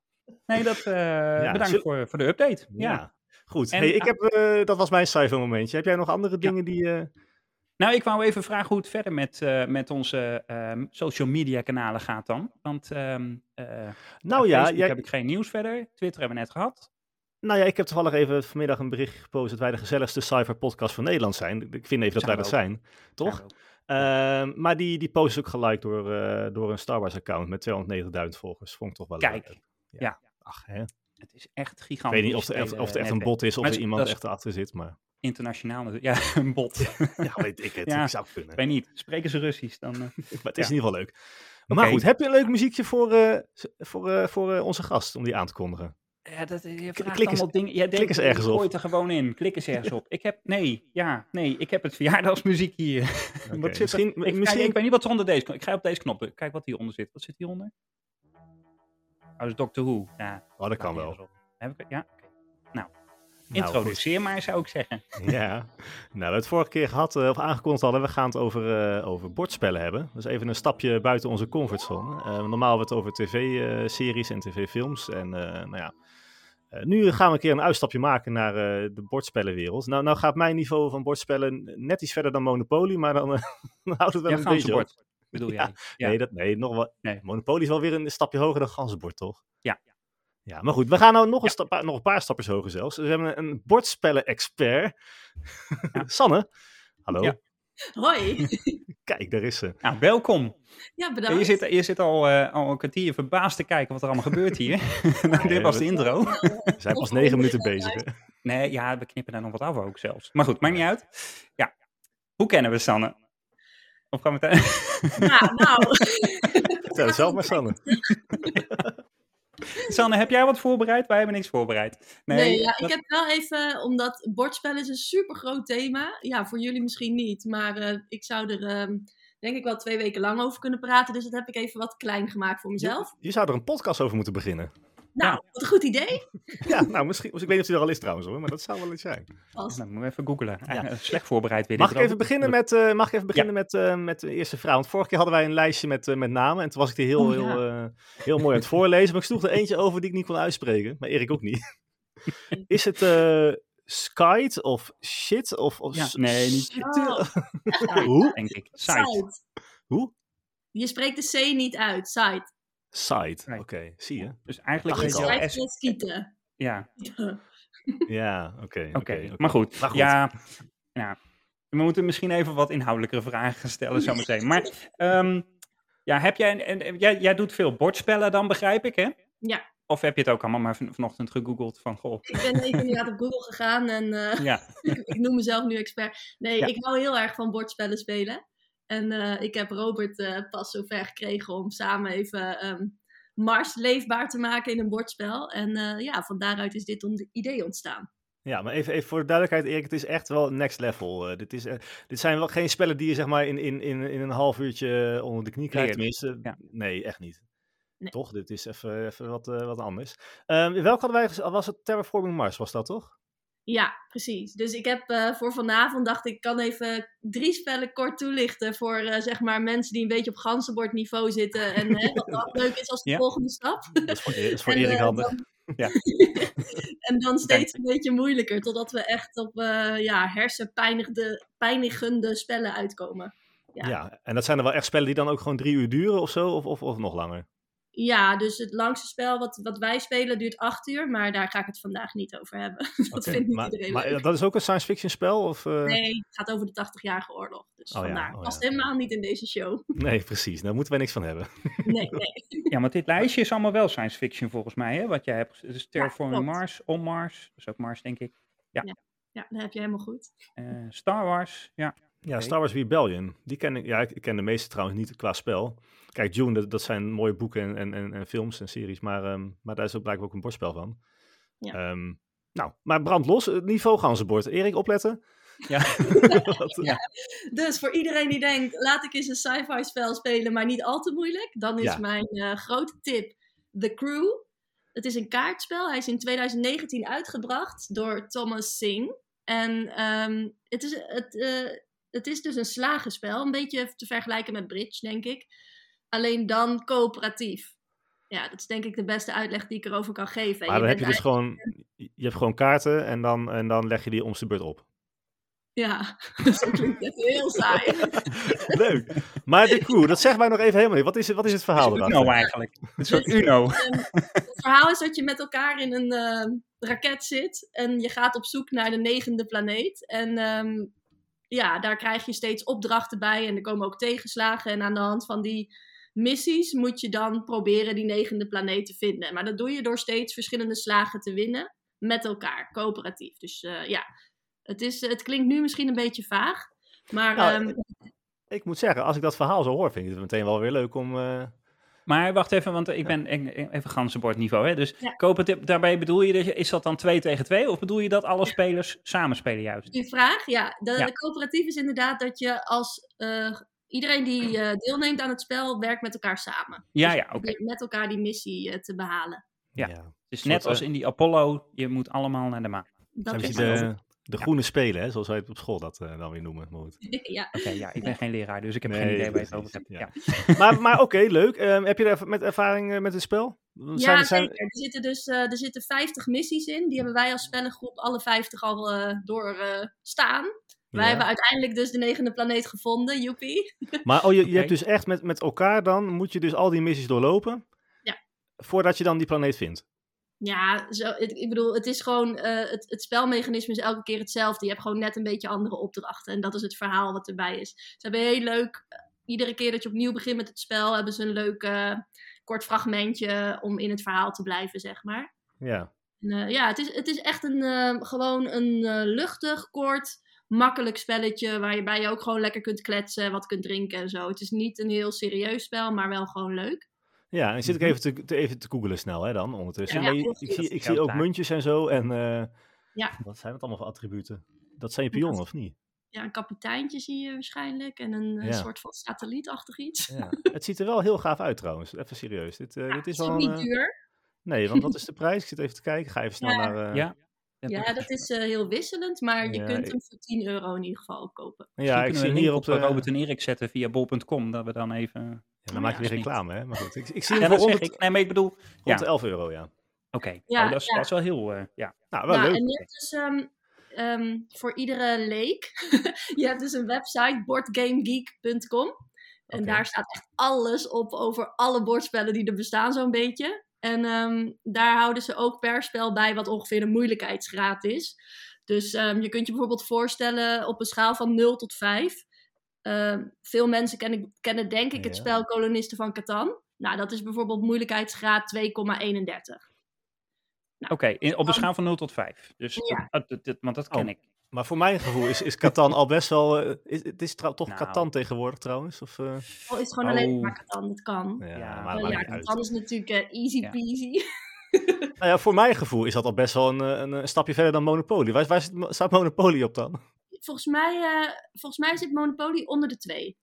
[SPEAKER 3] Nee, dat, eh, bedankt
[SPEAKER 2] zullen-
[SPEAKER 3] voor, voor de update. Ja.
[SPEAKER 2] Ja. Goed.
[SPEAKER 3] En-
[SPEAKER 2] hey, ik heb, eh, dat was mijn cijfer momentje. Heb jij nog andere dingen die... eh,
[SPEAKER 3] Nou, ik wou even vragen hoe het verder met, eh, met onze ehm, social media kanalen gaat dan. Want ehm, eh,
[SPEAKER 2] Nou,
[SPEAKER 3] op
[SPEAKER 2] ja,
[SPEAKER 3] Facebook
[SPEAKER 2] jij...
[SPEAKER 3] heb ik geen nieuws verder. Twitter hebben we net gehad.
[SPEAKER 2] nou ja, ik heb toevallig even vanmiddag een bericht gepost dat wij de gezelligste cyber podcast van Nederland zijn. Ik vind even dat wij
[SPEAKER 3] Zijn
[SPEAKER 2] dat
[SPEAKER 3] we
[SPEAKER 2] zijn, toch?
[SPEAKER 3] Ja, ook.
[SPEAKER 2] Ehm, maar die, die post is ook geliked door, eh, door een Star Wars account met 290.000 volgers. Vond ik toch wel
[SPEAKER 3] Kijk, Nou,
[SPEAKER 2] leuk.
[SPEAKER 3] ja.
[SPEAKER 2] Ach, hè? Ik
[SPEAKER 3] het is echt gigantisch. eh,
[SPEAKER 2] weet niet of er echt, of er echt een
[SPEAKER 3] netwerk.
[SPEAKER 2] bot is of
[SPEAKER 3] Maar
[SPEAKER 2] er
[SPEAKER 3] het-
[SPEAKER 2] iemand
[SPEAKER 3] dat is-
[SPEAKER 2] echt erachter zit, maar...
[SPEAKER 3] Internationaal natuurlijk. Ja, een bot. Ik
[SPEAKER 2] Ja, weet ik het.
[SPEAKER 3] Ja.
[SPEAKER 2] Ik zou het kunnen.
[SPEAKER 3] weet niet. Spreken ze Russisch dan? eh,
[SPEAKER 2] Maar het is in ieder
[SPEAKER 3] Ja.
[SPEAKER 2] geval leuk. Maar
[SPEAKER 3] Oké.
[SPEAKER 2] goed, heb je een leuk muziekje voor, eh, z- voor, eh, voor eh, onze gast om die aan te kondigen?
[SPEAKER 3] Ja, dat, je
[SPEAKER 2] klik
[SPEAKER 3] vraagt
[SPEAKER 2] eens-
[SPEAKER 3] allemaal dingen. Jij denkt,
[SPEAKER 2] eens
[SPEAKER 3] je
[SPEAKER 2] ergens op.
[SPEAKER 3] gooit er gewoon in. Klik eens ergens op. Ik heb, nee, ja, nee, ik heb het verjaardagsmuziek hier.
[SPEAKER 2] Oké,
[SPEAKER 3] Wat zit er-
[SPEAKER 2] misschien,
[SPEAKER 3] Ik, kijk,
[SPEAKER 2] misschien
[SPEAKER 3] ik weet niet wat er onder deze knop... Ik ga op deze knop drukken. Kijk wat hieronder zit. Wat zit hieronder? Oh, dat is Doctor Who. Ja,
[SPEAKER 2] Oh, dat kan
[SPEAKER 3] laat
[SPEAKER 2] wel.
[SPEAKER 3] die ergens op. Heb ik, ja, oké.
[SPEAKER 2] Nou,
[SPEAKER 3] introduceer maar, zou ik zeggen.
[SPEAKER 2] goed. Ja. Nou, we hebben het vorige keer gehad, eh, of aangekondigd hadden, we gaan het over, eh, over bordspellen hebben. Dus even een stapje buiten onze comfortzone. Eh, normaal hebben we het over tv-series en tv-films. En eh, nou ja, eh, nu gaan we een keer een uitstapje maken naar eh, de bordspellenwereld. Nou, nou gaat mijn niveau van bordspellen net iets verder dan Monopoly, maar dan, eh, dan houdt het wel
[SPEAKER 3] Ja,
[SPEAKER 2] een beetje op.
[SPEAKER 3] ganzenbord. Bedoel
[SPEAKER 2] Ja.
[SPEAKER 3] jij? Ja.
[SPEAKER 2] Nee, dat, nee, nog wel.
[SPEAKER 3] Nee.
[SPEAKER 2] Monopoly is wel weer een stapje hoger dan ganzenbord, toch?
[SPEAKER 3] Ja.
[SPEAKER 2] Ja, maar goed, we gaan nou nog een, stap, nog een paar stapjes hoger zelfs. Dus we hebben een bordspellen-expert. Sanne. Hallo.
[SPEAKER 3] Ja.
[SPEAKER 4] Hoi.
[SPEAKER 2] Kijk, daar is ze.
[SPEAKER 3] Nou, welkom.
[SPEAKER 4] Ja,
[SPEAKER 3] Ja,
[SPEAKER 4] bedankt.
[SPEAKER 3] Je zit, je zit al, eh, al een kwartier verbaasd te kijken wat er allemaal gebeurt hier. nou, dit was de intro.
[SPEAKER 2] We zijn pas negen minuten bezig. hè.
[SPEAKER 3] Nee, ja, we knippen daar nog wat af ook zelfs. Maar goed, maakt niet uit. Ja. Hoe kennen we Sanne? Of gaan we het...
[SPEAKER 4] Ja, nou.
[SPEAKER 2] Vertel het zelf maar, Sanne.
[SPEAKER 3] Sanne, heb jij wat voorbereid? Wij hebben niks voorbereid.
[SPEAKER 4] Nee, ja, ik heb wel even, omdat bordspel is een super groot thema. Ja, voor jullie misschien niet, maar eh, ik zou er ehm, denk ik wel twee weken lang over kunnen praten. Dus dat heb ik even wat klein gemaakt voor mezelf.
[SPEAKER 2] Je zou er een podcast over moeten beginnen.
[SPEAKER 4] Nou, wat een goed idee.
[SPEAKER 2] Ja, nou, misschien. Ik weet niet of die er al is trouwens hoor, maar dat zou wel iets zijn.
[SPEAKER 4] Pas.
[SPEAKER 3] Dan Nou, moeten we even googlen. Eh, Slecht voorbereid weer.
[SPEAKER 2] Mag
[SPEAKER 3] dit
[SPEAKER 2] ik even
[SPEAKER 3] Robert.
[SPEAKER 2] beginnen met, eh, mag ik even beginnen met, eh, met de eerste vraag? Want vorige keer hadden wij een lijstje met, eh, met namen. En toen was ik die heel,
[SPEAKER 4] Oh, ja.
[SPEAKER 2] heel, eh, heel mooi aan het voorlezen. Maar ik sloeg er eentje over die ik niet kon uitspreken. Maar Erik ook niet. Is het eh skite of shit? Of, of
[SPEAKER 3] Ja,
[SPEAKER 2] s-
[SPEAKER 3] nee, niet
[SPEAKER 2] shit?
[SPEAKER 4] Oh.
[SPEAKER 2] Hoe?
[SPEAKER 3] denk ik. Site.
[SPEAKER 4] Site.
[SPEAKER 2] Hoe?
[SPEAKER 4] Je spreekt de C niet uit, site.
[SPEAKER 2] Site. Oké,
[SPEAKER 3] Nee.
[SPEAKER 2] zie je?
[SPEAKER 3] Dus eigenlijk
[SPEAKER 2] Dacht
[SPEAKER 3] weet
[SPEAKER 2] ik
[SPEAKER 3] je
[SPEAKER 2] al.
[SPEAKER 3] wel
[SPEAKER 4] Schrijf
[SPEAKER 3] S.
[SPEAKER 4] je skieten.
[SPEAKER 3] Ja,
[SPEAKER 2] Ja, oké. oké,
[SPEAKER 3] oké.
[SPEAKER 2] oké.
[SPEAKER 3] Maar, goed.
[SPEAKER 2] Maar goed.
[SPEAKER 3] Ja, nou, we moeten misschien even wat inhoudelijkere vragen stellen zometeen. Maar ehm, ja, heb jij, een- een- jij, jij doet veel bordspellen dan, begrijp ik, hè?
[SPEAKER 4] Ja.
[SPEAKER 3] Of heb je het ook allemaal maar van, vanochtend gegoogeld van, goh,
[SPEAKER 4] Ik ben even inderdaad op Google gegaan en eh,
[SPEAKER 3] ja.
[SPEAKER 4] ik, ik noem mezelf nu expert. Nee,
[SPEAKER 3] Ja.
[SPEAKER 4] ik hou heel erg van bordspellen spelen. En eh, ik heb Robert eh, pas zover gekregen om samen even ehm, Mars leefbaar te maken in een bordspel. En eh, ja, van daaruit is dit on- idee ontstaan.
[SPEAKER 2] Ja, maar even, even voor de duidelijkheid, Erik, het is echt wel next level. Eh, dit, is, eh, dit zijn wel geen spellen die je zeg maar in, in, in, in een half uurtje onder de knie krijgt.
[SPEAKER 3] Leert.
[SPEAKER 2] Tenminste,
[SPEAKER 3] Ja.
[SPEAKER 2] nee, echt niet.
[SPEAKER 4] Nee.
[SPEAKER 2] Toch? Dit is even, even wat, eh, wat anders. Ehm welke hadden wij, gez- was het Terraforming Mars, was dat toch?
[SPEAKER 4] Ja, precies. Dus ik heb eh, voor vanavond dacht ik, ik kan even drie spellen kort toelichten voor eh, zeg maar mensen die een beetje op ganzenbordniveau zitten. En eh, dat dat leuk is als de
[SPEAKER 3] Ja.
[SPEAKER 4] volgende stap.
[SPEAKER 2] Dat is voor, E-, dat is voor
[SPEAKER 4] En,
[SPEAKER 2] Erik
[SPEAKER 4] eh,
[SPEAKER 2] handig.
[SPEAKER 3] Ja.
[SPEAKER 4] en dan steeds een beetje moeilijker, totdat we echt op eh ja, hersenpijnigende spellen uitkomen.
[SPEAKER 2] Ja.
[SPEAKER 4] Ja.
[SPEAKER 2] en dat zijn er wel echt spellen die dan ook gewoon drie uur duren of zo, of, of, of nog langer.
[SPEAKER 4] Ja, dus het langste spel wat, wat wij spelen duurt acht uur, maar daar ga ik het vandaag niet over hebben. dat
[SPEAKER 2] Oké,
[SPEAKER 4] vindt niet
[SPEAKER 2] maar,
[SPEAKER 4] iedereen
[SPEAKER 2] maar eh,
[SPEAKER 4] leuk.
[SPEAKER 2] dat is ook een science fiction spel? Of, eh,
[SPEAKER 4] Nee, het gaat over de 80-jarige oorlog. Dus
[SPEAKER 2] Oh ja,
[SPEAKER 4] vandaar.
[SPEAKER 2] oh ja,
[SPEAKER 4] Past
[SPEAKER 2] ja.
[SPEAKER 4] helemaal niet in deze show.
[SPEAKER 2] nee, precies. Daar moeten wij niks van hebben.
[SPEAKER 4] Nee, nee.
[SPEAKER 3] ja, want dit lijstje is allemaal wel science fiction volgens mij, hè, wat jij hebt. Dus Terraforming
[SPEAKER 4] klopt.
[SPEAKER 3] Mars, On Mars, dus ook Mars denk ik,
[SPEAKER 4] Ja, dat heb je helemaal goed.
[SPEAKER 3] Eh, Star Wars, ja.
[SPEAKER 2] Ja,
[SPEAKER 3] Oké.
[SPEAKER 2] Star Wars Rebellion. Die ken ik, ja, ik ik ken de meeste trouwens niet qua spel. Kijk, Dune, dat, dat zijn mooie boeken en, en, en, en films en series, maar, ehm, maar daar is ook blijkbaar ook een bordspel van.
[SPEAKER 4] Ja.
[SPEAKER 2] Ehm, nou, maar brand los, het niveau ganzenbord. Erik, opletten.
[SPEAKER 3] Ja.
[SPEAKER 2] Wat-
[SPEAKER 3] Ja.
[SPEAKER 4] Dus voor iedereen die denkt, laat ik eens een sci-fi spel spelen, maar niet al te moeilijk. Dan is
[SPEAKER 2] Ja.
[SPEAKER 4] mijn eh, grote tip The Crew. Het is een kaartspel. Hij is in 2019 uitgebracht door Thomas Singh. En ehm, het, is, het, eh, het is dus een slagenspel. Een beetje te vergelijken met Bridge, denk ik. Alleen dan coöperatief. Ja, dat is denk ik de beste uitleg die ik erover kan geven.
[SPEAKER 2] Maar dan heb
[SPEAKER 4] bent
[SPEAKER 2] je dus gewoon, je hebt gewoon kaarten en dan, en dan leg je die om zijn beurt op.
[SPEAKER 4] Ja, zo klinkt het heel saai.
[SPEAKER 2] Leuk. Maar de crew, dat zegt mij nog even helemaal niet. Wat is het, wat is het verhaal
[SPEAKER 3] Uno
[SPEAKER 2] erachter?
[SPEAKER 3] eigenlijk. Een soort Uno.
[SPEAKER 4] Het verhaal is dat je met elkaar in een eh, raket zit en je gaat op zoek naar de negende planeet. En ehm, ja, daar krijg je steeds opdrachten bij en er komen ook tegenslagen. En aan de hand van die missies moet je dan proberen die negende planeet te vinden. Maar dat doe je door steeds verschillende slagen te winnen met elkaar, coöperatief. Dus eh, ja, het, is, het klinkt nu misschien een beetje vaag. Maar
[SPEAKER 2] Nou,
[SPEAKER 4] ehm,
[SPEAKER 2] Ik moet zeggen, als ik dat verhaal zo hoor, vind ik het meteen wel weer leuk om... eh,
[SPEAKER 3] Maar wacht even, want ik ben ik- ik- even ganzenbordniveau. Hè? Dus
[SPEAKER 4] Ja.
[SPEAKER 3] coöperatief, daarbij bedoel je, dat je- is dat dan twee tegen twee? Of bedoel je dat alle spelers samen spelen juist?
[SPEAKER 4] Die vraag, ja. De,
[SPEAKER 3] Ja.
[SPEAKER 4] de coöperatief is inderdaad dat je als eh, iedereen die eh, deelneemt aan het spel werkt met elkaar samen. Dus
[SPEAKER 3] Ja, ja, oké.
[SPEAKER 4] Probeert Met elkaar die missie eh, te behalen.
[SPEAKER 3] Ja.
[SPEAKER 2] ja.
[SPEAKER 3] Dus
[SPEAKER 2] soort,
[SPEAKER 3] net als
[SPEAKER 2] eh,
[SPEAKER 3] in die Apollo, je moet allemaal naar de maan.
[SPEAKER 4] Dat
[SPEAKER 2] Zijn
[SPEAKER 4] is
[SPEAKER 2] we
[SPEAKER 4] het.
[SPEAKER 2] de, de groene spelen, hè, zoals wij het op school dat eh, dan weer noemen. Maud.
[SPEAKER 4] ja.
[SPEAKER 3] Oké, ja, ik ben geen leraar, dus ik heb
[SPEAKER 2] Nee,
[SPEAKER 3] geen idee waar je het over
[SPEAKER 2] precies,
[SPEAKER 3] hebt.
[SPEAKER 2] ja.
[SPEAKER 3] Ja.
[SPEAKER 2] Maar, maar oké, leuk. Ehm, heb je er met ervaring eh, met het spel? Zijn,
[SPEAKER 4] ja,
[SPEAKER 2] zijn-
[SPEAKER 4] zeker. Er zitten dus eh, er zitten 50 missies in. Die hebben wij als spellengroep alle 50 al eh, door eh, staan. Wij
[SPEAKER 2] Ja.
[SPEAKER 4] hebben uiteindelijk dus de negende planeet gevonden, joepie.
[SPEAKER 2] Maar oh, je, je
[SPEAKER 3] Oké.
[SPEAKER 2] hebt dus echt met, met elkaar dan, moet je dus al die missies doorlopen.
[SPEAKER 4] Ja.
[SPEAKER 2] Voordat je dan die planeet vindt.
[SPEAKER 4] Ja, zo, het- ik bedoel, het is gewoon, eh, het, het spelmechanisme is elke keer hetzelfde. Je hebt gewoon net een beetje andere opdrachten. En dat is het verhaal wat erbij is. Ze hebben heel leuk, eh, iedere keer dat je opnieuw begint met het spel, hebben ze een leuk eh, kort fragmentje om in het verhaal te blijven, zeg maar.
[SPEAKER 2] Ja.
[SPEAKER 4] En, eh, ja, het is, het is echt een, eh, gewoon een eh, luchtig, kort, makkelijk spelletje. Waarbij je ook gewoon lekker kunt kletsen, wat kunt drinken en zo. Het is niet een heel serieus spel, maar wel gewoon leuk.
[SPEAKER 2] Ja, en zit ik even te, te- even te googelen snel hè, dan ondertussen.
[SPEAKER 4] Mhm. Ja,
[SPEAKER 2] Maar
[SPEAKER 4] ja,
[SPEAKER 2] je- ik
[SPEAKER 4] precies.
[SPEAKER 2] zie, ik
[SPEAKER 3] Jouw
[SPEAKER 2] zie ook
[SPEAKER 3] taak.
[SPEAKER 2] muntjes en zo. En eh,
[SPEAKER 4] Ja.
[SPEAKER 2] wat zijn het allemaal voor attributen? Dat zijn je pionnen, of niet?
[SPEAKER 4] Ja, een kapiteintje zie je waarschijnlijk. En een eh,
[SPEAKER 2] Ja.
[SPEAKER 4] soort van satellietachtig iets.
[SPEAKER 2] Ja. het ziet er wel heel gaaf uit trouwens. Even serieus. Dit, eh,
[SPEAKER 4] Ja,
[SPEAKER 2] dit is
[SPEAKER 4] het
[SPEAKER 2] wel...
[SPEAKER 4] niet
[SPEAKER 2] een, eh,
[SPEAKER 4] duur.
[SPEAKER 2] nee, want wat is de prijs? Ik zit even te kijken. Ga even snel naar... eh,
[SPEAKER 3] Ja.
[SPEAKER 4] Ja, dat is eh, heel wisselend, maar je
[SPEAKER 2] Ja,
[SPEAKER 4] kunt
[SPEAKER 2] ik-
[SPEAKER 4] hem voor 10 euro in ieder geval ook kopen.
[SPEAKER 2] ja ik
[SPEAKER 3] kunnen
[SPEAKER 2] zie
[SPEAKER 3] we een
[SPEAKER 2] hier
[SPEAKER 3] link eh,
[SPEAKER 2] op de...
[SPEAKER 3] Robert en Erik zetten via bol.com, dat we dan even...
[SPEAKER 2] Ja, dan
[SPEAKER 4] Ja,
[SPEAKER 2] maak je weer
[SPEAKER 3] dat is
[SPEAKER 2] reclame, hè? Maar goed, ik, ik zie
[SPEAKER 3] Ja,
[SPEAKER 2] hem
[SPEAKER 3] dat
[SPEAKER 2] voor
[SPEAKER 3] zeg
[SPEAKER 2] 100,
[SPEAKER 3] ik. Nee, maar ik bedoel... Oké,
[SPEAKER 2] rond de 11 euro, ja.
[SPEAKER 4] Ja,
[SPEAKER 3] oh, dat, is,
[SPEAKER 4] ja.
[SPEAKER 3] dat is wel heel... eh, ja.
[SPEAKER 2] Nou, wel
[SPEAKER 4] nou,
[SPEAKER 2] leuk.
[SPEAKER 4] en je hebt dus ehm, ehm, voor iedere leek, je hebt dus een website, boardgamegeek.com. En
[SPEAKER 2] Oké.
[SPEAKER 4] daar staat echt alles op over alle bordspellen die er bestaan zo'n beetje. En ehm, daar houden ze ook per spel bij wat ongeveer de moeilijkheidsgraad is. Dus ehm, je kunt je bijvoorbeeld voorstellen op een schaal van 0 tot 5. Ehm, veel mensen kennen, kennen denk ik het
[SPEAKER 2] Ja.
[SPEAKER 4] spel Kolonisten van Catan. Nou, dat is bijvoorbeeld moeilijkheidsgraad 2,31.
[SPEAKER 3] Oké, in- op een schaal van 0 tot 5. Dus,
[SPEAKER 4] Ja.
[SPEAKER 3] dat- dat- dat- want dat ken
[SPEAKER 2] Oh.
[SPEAKER 3] ik.
[SPEAKER 2] Maar voor mijn gevoel is, is Catan al best wel... eh, is, het is trouw- toch
[SPEAKER 3] Nou.
[SPEAKER 2] Catan tegenwoordig trouwens? Of, eh?
[SPEAKER 4] Al is het gewoon
[SPEAKER 3] Oh.
[SPEAKER 4] alleen maar Catan, dat kan.
[SPEAKER 2] ja,
[SPEAKER 3] Ja,
[SPEAKER 2] maar
[SPEAKER 4] Maar
[SPEAKER 2] dat maakt
[SPEAKER 4] Oh ja,
[SPEAKER 2] niet uit.
[SPEAKER 4] Catan is natuurlijk eh, easy
[SPEAKER 3] Ja.
[SPEAKER 4] peasy.
[SPEAKER 2] Nou ja, voor mijn gevoel is dat al best wel een, eh, een, eh, stapje verder dan Monopoly. Waar, waar zit mo- staat Monopoly op dan?
[SPEAKER 4] volgens, mij, eh, volgens mij zit Monopoly onder de 2.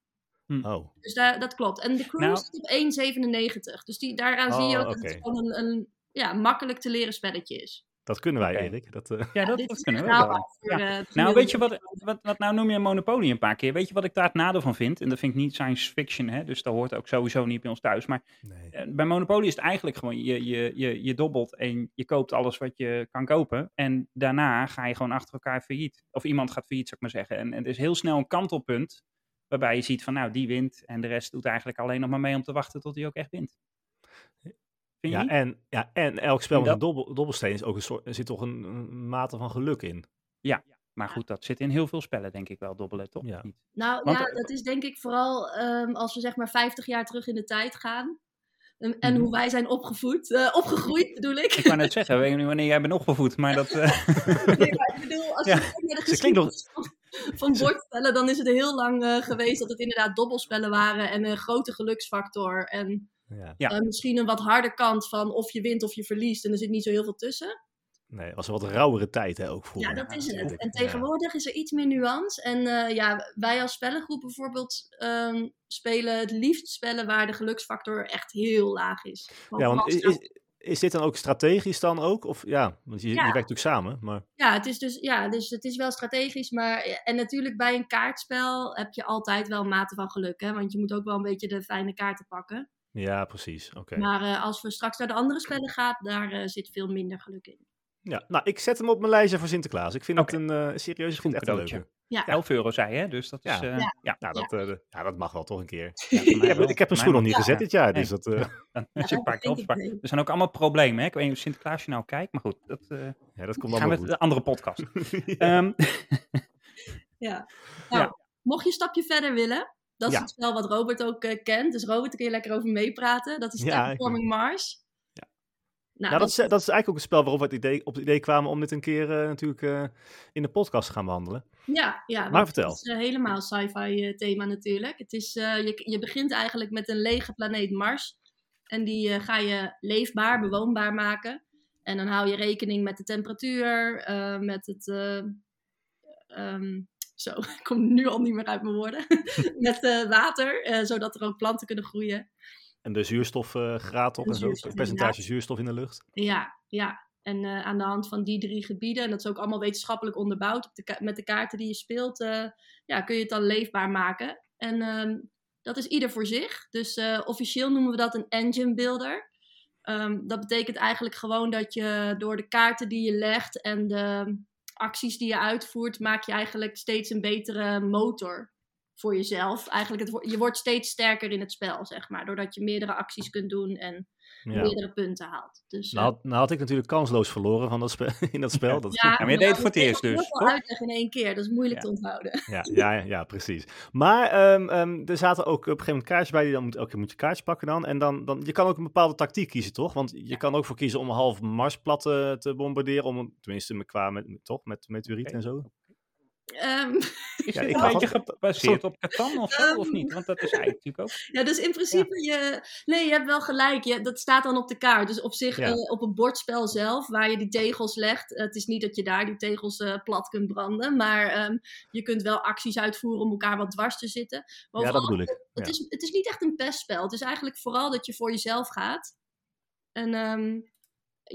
[SPEAKER 2] Oh,
[SPEAKER 4] Dus daar, dat klopt. En de Cruise
[SPEAKER 3] Nou.
[SPEAKER 4] zit op 1,97. Dus die, daaraan zie je
[SPEAKER 2] Oh,
[SPEAKER 4] ook dat
[SPEAKER 2] oké.
[SPEAKER 4] het gewoon een, een ja, makkelijk te leren spelletje is.
[SPEAKER 2] dat kunnen wij,
[SPEAKER 3] Oké.
[SPEAKER 2] Erik. Dat, eh,
[SPEAKER 3] Ja, dat,
[SPEAKER 4] dit
[SPEAKER 3] dat
[SPEAKER 4] is
[SPEAKER 3] kunnen we
[SPEAKER 4] Nou,
[SPEAKER 3] wel.
[SPEAKER 4] voor,
[SPEAKER 3] Ja.
[SPEAKER 4] eh,
[SPEAKER 3] Nou,
[SPEAKER 4] gemiddelde-
[SPEAKER 3] weet je wat, wat, wat nou noem je Monopoly een paar keer. Weet je wat ik daar het nadeel van vind? En dat vind ik niet science fiction, hè? dus dat hoort ook sowieso niet bij ons thuis. Maar
[SPEAKER 2] nee.
[SPEAKER 3] eh, bij Monopoly is het eigenlijk gewoon, je, je, je, je dobbelt en je koopt alles wat je kan kopen. En daarna ga je gewoon achter elkaar failliet. Of iemand gaat failliet, zou ik maar zeggen. En, en er is heel snel een kantelpunt waarbij je ziet van, nou, die wint. En de rest doet eigenlijk alleen nog maar mee om te wachten tot hij ook echt wint. Vind je
[SPEAKER 2] Ja,
[SPEAKER 3] niet?
[SPEAKER 2] en, ja, en elk spel
[SPEAKER 3] En
[SPEAKER 2] met een dobbel, dobbelsteen is ook een soort, er zit toch een, een mate van geluk in.
[SPEAKER 3] Maar goed, dat zit in heel veel spellen, denk ik wel, dobbelen, toch?
[SPEAKER 2] Ja.
[SPEAKER 3] Niet?
[SPEAKER 4] Nou
[SPEAKER 3] Want- eh,
[SPEAKER 4] ja, dat is denk ik vooral ehm, als we zeg maar 50 jaar terug in de tijd gaan. En, en
[SPEAKER 3] Mhm.
[SPEAKER 4] hoe wij zijn opgevoed, eh, opgegroeid bedoel ik.
[SPEAKER 3] Ik wou net zeggen, weet ik niet wanneer jij bent opgevoed, maar dat... eh,
[SPEAKER 4] Nee, maar ik bedoel, als je
[SPEAKER 3] Ja,
[SPEAKER 4] kijkt naar de
[SPEAKER 2] ze klinkt nog-
[SPEAKER 4] geschiedenis van, van bordspellen, dan is het heel lang eh, geweest dat het inderdaad dobbelspellen waren en een grote geluksfactor. En
[SPEAKER 2] Ja.
[SPEAKER 3] Ja.
[SPEAKER 4] eh, misschien een wat harde kant van of je wint of je verliest en er zit niet zo heel veel tussen.
[SPEAKER 2] Nee, het was een wat rauwere tijd hè, ook voor.
[SPEAKER 4] Ja, dat is het.
[SPEAKER 2] natuurlijk.
[SPEAKER 4] En
[SPEAKER 2] Ja.
[SPEAKER 4] tegenwoordig is er iets meer nuance. En eh, ja, wij als spellengroep bijvoorbeeld ehm, spelen het liefst spellen waar de geluksfactor echt heel laag is.
[SPEAKER 2] Ja, want
[SPEAKER 4] als-
[SPEAKER 2] is, is, is dit dan ook strategisch dan ook? Of ja, want je,
[SPEAKER 4] Ja.
[SPEAKER 2] je werkt natuurlijk samen, maar
[SPEAKER 4] Ja, het is dus, ja, dus het is wel strategisch, maar eh, en natuurlijk bij een kaartspel heb je altijd wel een mate van geluk, hè, want je moet ook wel een beetje de fijne kaarten pakken.
[SPEAKER 2] ja, precies. Oké.
[SPEAKER 4] Maar eh, als we straks naar de andere spellen gaan, daar eh, zit veel minder geluk in.
[SPEAKER 2] Ja, nou, ik zet hem op mijn lijstje voor Sinterklaas. Ik vind
[SPEAKER 3] Oké.
[SPEAKER 2] het een eh serieus, ik
[SPEAKER 3] Goed
[SPEAKER 2] vind het echt een
[SPEAKER 3] cadeautje.
[SPEAKER 2] leuke.
[SPEAKER 4] Ja.
[SPEAKER 3] 11 euro zei je, dus dat is...
[SPEAKER 2] Ja.
[SPEAKER 3] eh,
[SPEAKER 4] Ja.
[SPEAKER 3] ja.
[SPEAKER 2] Nou, dat, eh, de- ja, dat mag wel toch een keer.
[SPEAKER 3] Ja, voor
[SPEAKER 2] Ik
[SPEAKER 3] mij
[SPEAKER 2] heb,
[SPEAKER 3] wel.
[SPEAKER 2] ik heb mijn
[SPEAKER 3] Voor mij
[SPEAKER 2] schoen nog niet
[SPEAKER 4] wel.
[SPEAKER 2] gezet
[SPEAKER 3] Ja.
[SPEAKER 2] dit jaar, dus dat... eh,
[SPEAKER 3] Dan is het
[SPEAKER 4] Ja,
[SPEAKER 3] vaak
[SPEAKER 4] dat denk ik
[SPEAKER 3] opspraak.
[SPEAKER 4] wel.
[SPEAKER 3] Er zijn ook allemaal problemen. Hè? Ik weet niet of Sinterklaas je nou kijkt, maar goed. Dat eh,
[SPEAKER 2] Ja, dat komt
[SPEAKER 3] gaan
[SPEAKER 2] allemaal
[SPEAKER 3] we
[SPEAKER 2] goed.
[SPEAKER 3] met een andere podcast. Ehm,
[SPEAKER 4] Mocht je een stapje verder willen, dat is
[SPEAKER 2] Ja.
[SPEAKER 4] het spel wat Robert ook eh, kent, dus Robert, daar kun je lekker over meepraten. Dat is
[SPEAKER 2] Ja,
[SPEAKER 4] Terraforming Mars.
[SPEAKER 2] Ja.
[SPEAKER 4] Nou,
[SPEAKER 2] nou, dat is, dat is eigenlijk ook een spel waarop we het idee, op het idee kwamen om dit een keer eh, natuurlijk eh, in de podcast te gaan behandelen.
[SPEAKER 4] Ja, ja want
[SPEAKER 2] Maar
[SPEAKER 4] het
[SPEAKER 2] vertel.
[SPEAKER 4] is eh, helemaal sci-fi eh, thema natuurlijk. Het is, eh, je, je begint eigenlijk met een lege planeet Mars. En die eh, ga je leefbaar, bewoonbaar maken. En dan hou je rekening met de temperatuur, eh, met het... eh, ehm, zo, ik kom nu al niet meer uit mijn woorden. met eh, water, eh, zodat er ook planten kunnen groeien.
[SPEAKER 2] En de zuurstofgraad op
[SPEAKER 4] De
[SPEAKER 2] en zo.
[SPEAKER 4] zuurstof,
[SPEAKER 2] Het percentage zuurstof in de lucht.
[SPEAKER 4] Ja, ja. En eh, aan de hand van die drie gebieden, en dat is ook allemaal wetenschappelijk onderbouwd op de ka- met de kaarten die je speelt, eh, ja, kun je het dan leefbaar maken. En ehm, dat is ieder voor zich. Dus eh, officieel noemen we dat een engine builder. Ehm, dat betekent eigenlijk gewoon dat je door de kaarten die je legt en de acties die je uitvoert, maak je eigenlijk steeds een betere motor voor jezelf. Eigenlijk, het, wo- je wordt steeds sterker in het spel, zeg maar, doordat je meerdere acties kunt doen en
[SPEAKER 2] Ja.
[SPEAKER 4] meerdere punten haalt. Dus,
[SPEAKER 2] Nou, had, nou had ik natuurlijk kansloos verloren van dat spe- in dat spel.
[SPEAKER 3] Ja.
[SPEAKER 2] Dat,
[SPEAKER 4] ja,
[SPEAKER 3] maar je deed het voor het
[SPEAKER 4] dat is
[SPEAKER 3] eerst
[SPEAKER 4] heel
[SPEAKER 3] dus,
[SPEAKER 4] veel
[SPEAKER 3] toch?
[SPEAKER 4] uitleg in één keer, dat is moeilijk
[SPEAKER 3] Ja.
[SPEAKER 4] te onthouden.
[SPEAKER 2] Ja, ja, ja, ja, precies. Maar ehm, ehm, er zaten ook op een gegeven moment kaartjes bij. Die dan moet, elke keer moet je kaartjes pakken dan. En dan, dan, je kan ook een bepaalde tactiek kiezen, toch? Want je kan ook voor kiezen om half Mars plat eh, te bombarderen. Om, een- tenminste, me- qua met, met- toch? Met meteorieten en zo.
[SPEAKER 4] Ehm,
[SPEAKER 3] is
[SPEAKER 2] Ja,
[SPEAKER 3] dit
[SPEAKER 2] ik
[SPEAKER 3] een
[SPEAKER 2] had-
[SPEAKER 3] beetje gebaseerd op Catan of zo,
[SPEAKER 4] Ehm.
[SPEAKER 3] of niet? Want dat is eigenlijk natuurlijk ook...
[SPEAKER 4] ja, dus in principe, je, nee, je hebt wel gelijk. Je, dat staat dan op de kaart. Dus op zich,
[SPEAKER 2] Ja.
[SPEAKER 4] eh, op een bordspel zelf, waar je die tegels legt. eh, het is niet dat je daar die tegels eh, plat kunt branden. Maar ehm, je kunt wel acties uitvoeren om elkaar wat dwars te zitten. Maar
[SPEAKER 2] Ja, dat
[SPEAKER 4] vooral,
[SPEAKER 2] bedoel ik.
[SPEAKER 4] het,
[SPEAKER 2] ja.
[SPEAKER 4] is, het is niet echt een pestspel. Het is eigenlijk vooral dat je voor jezelf gaat. En ehm,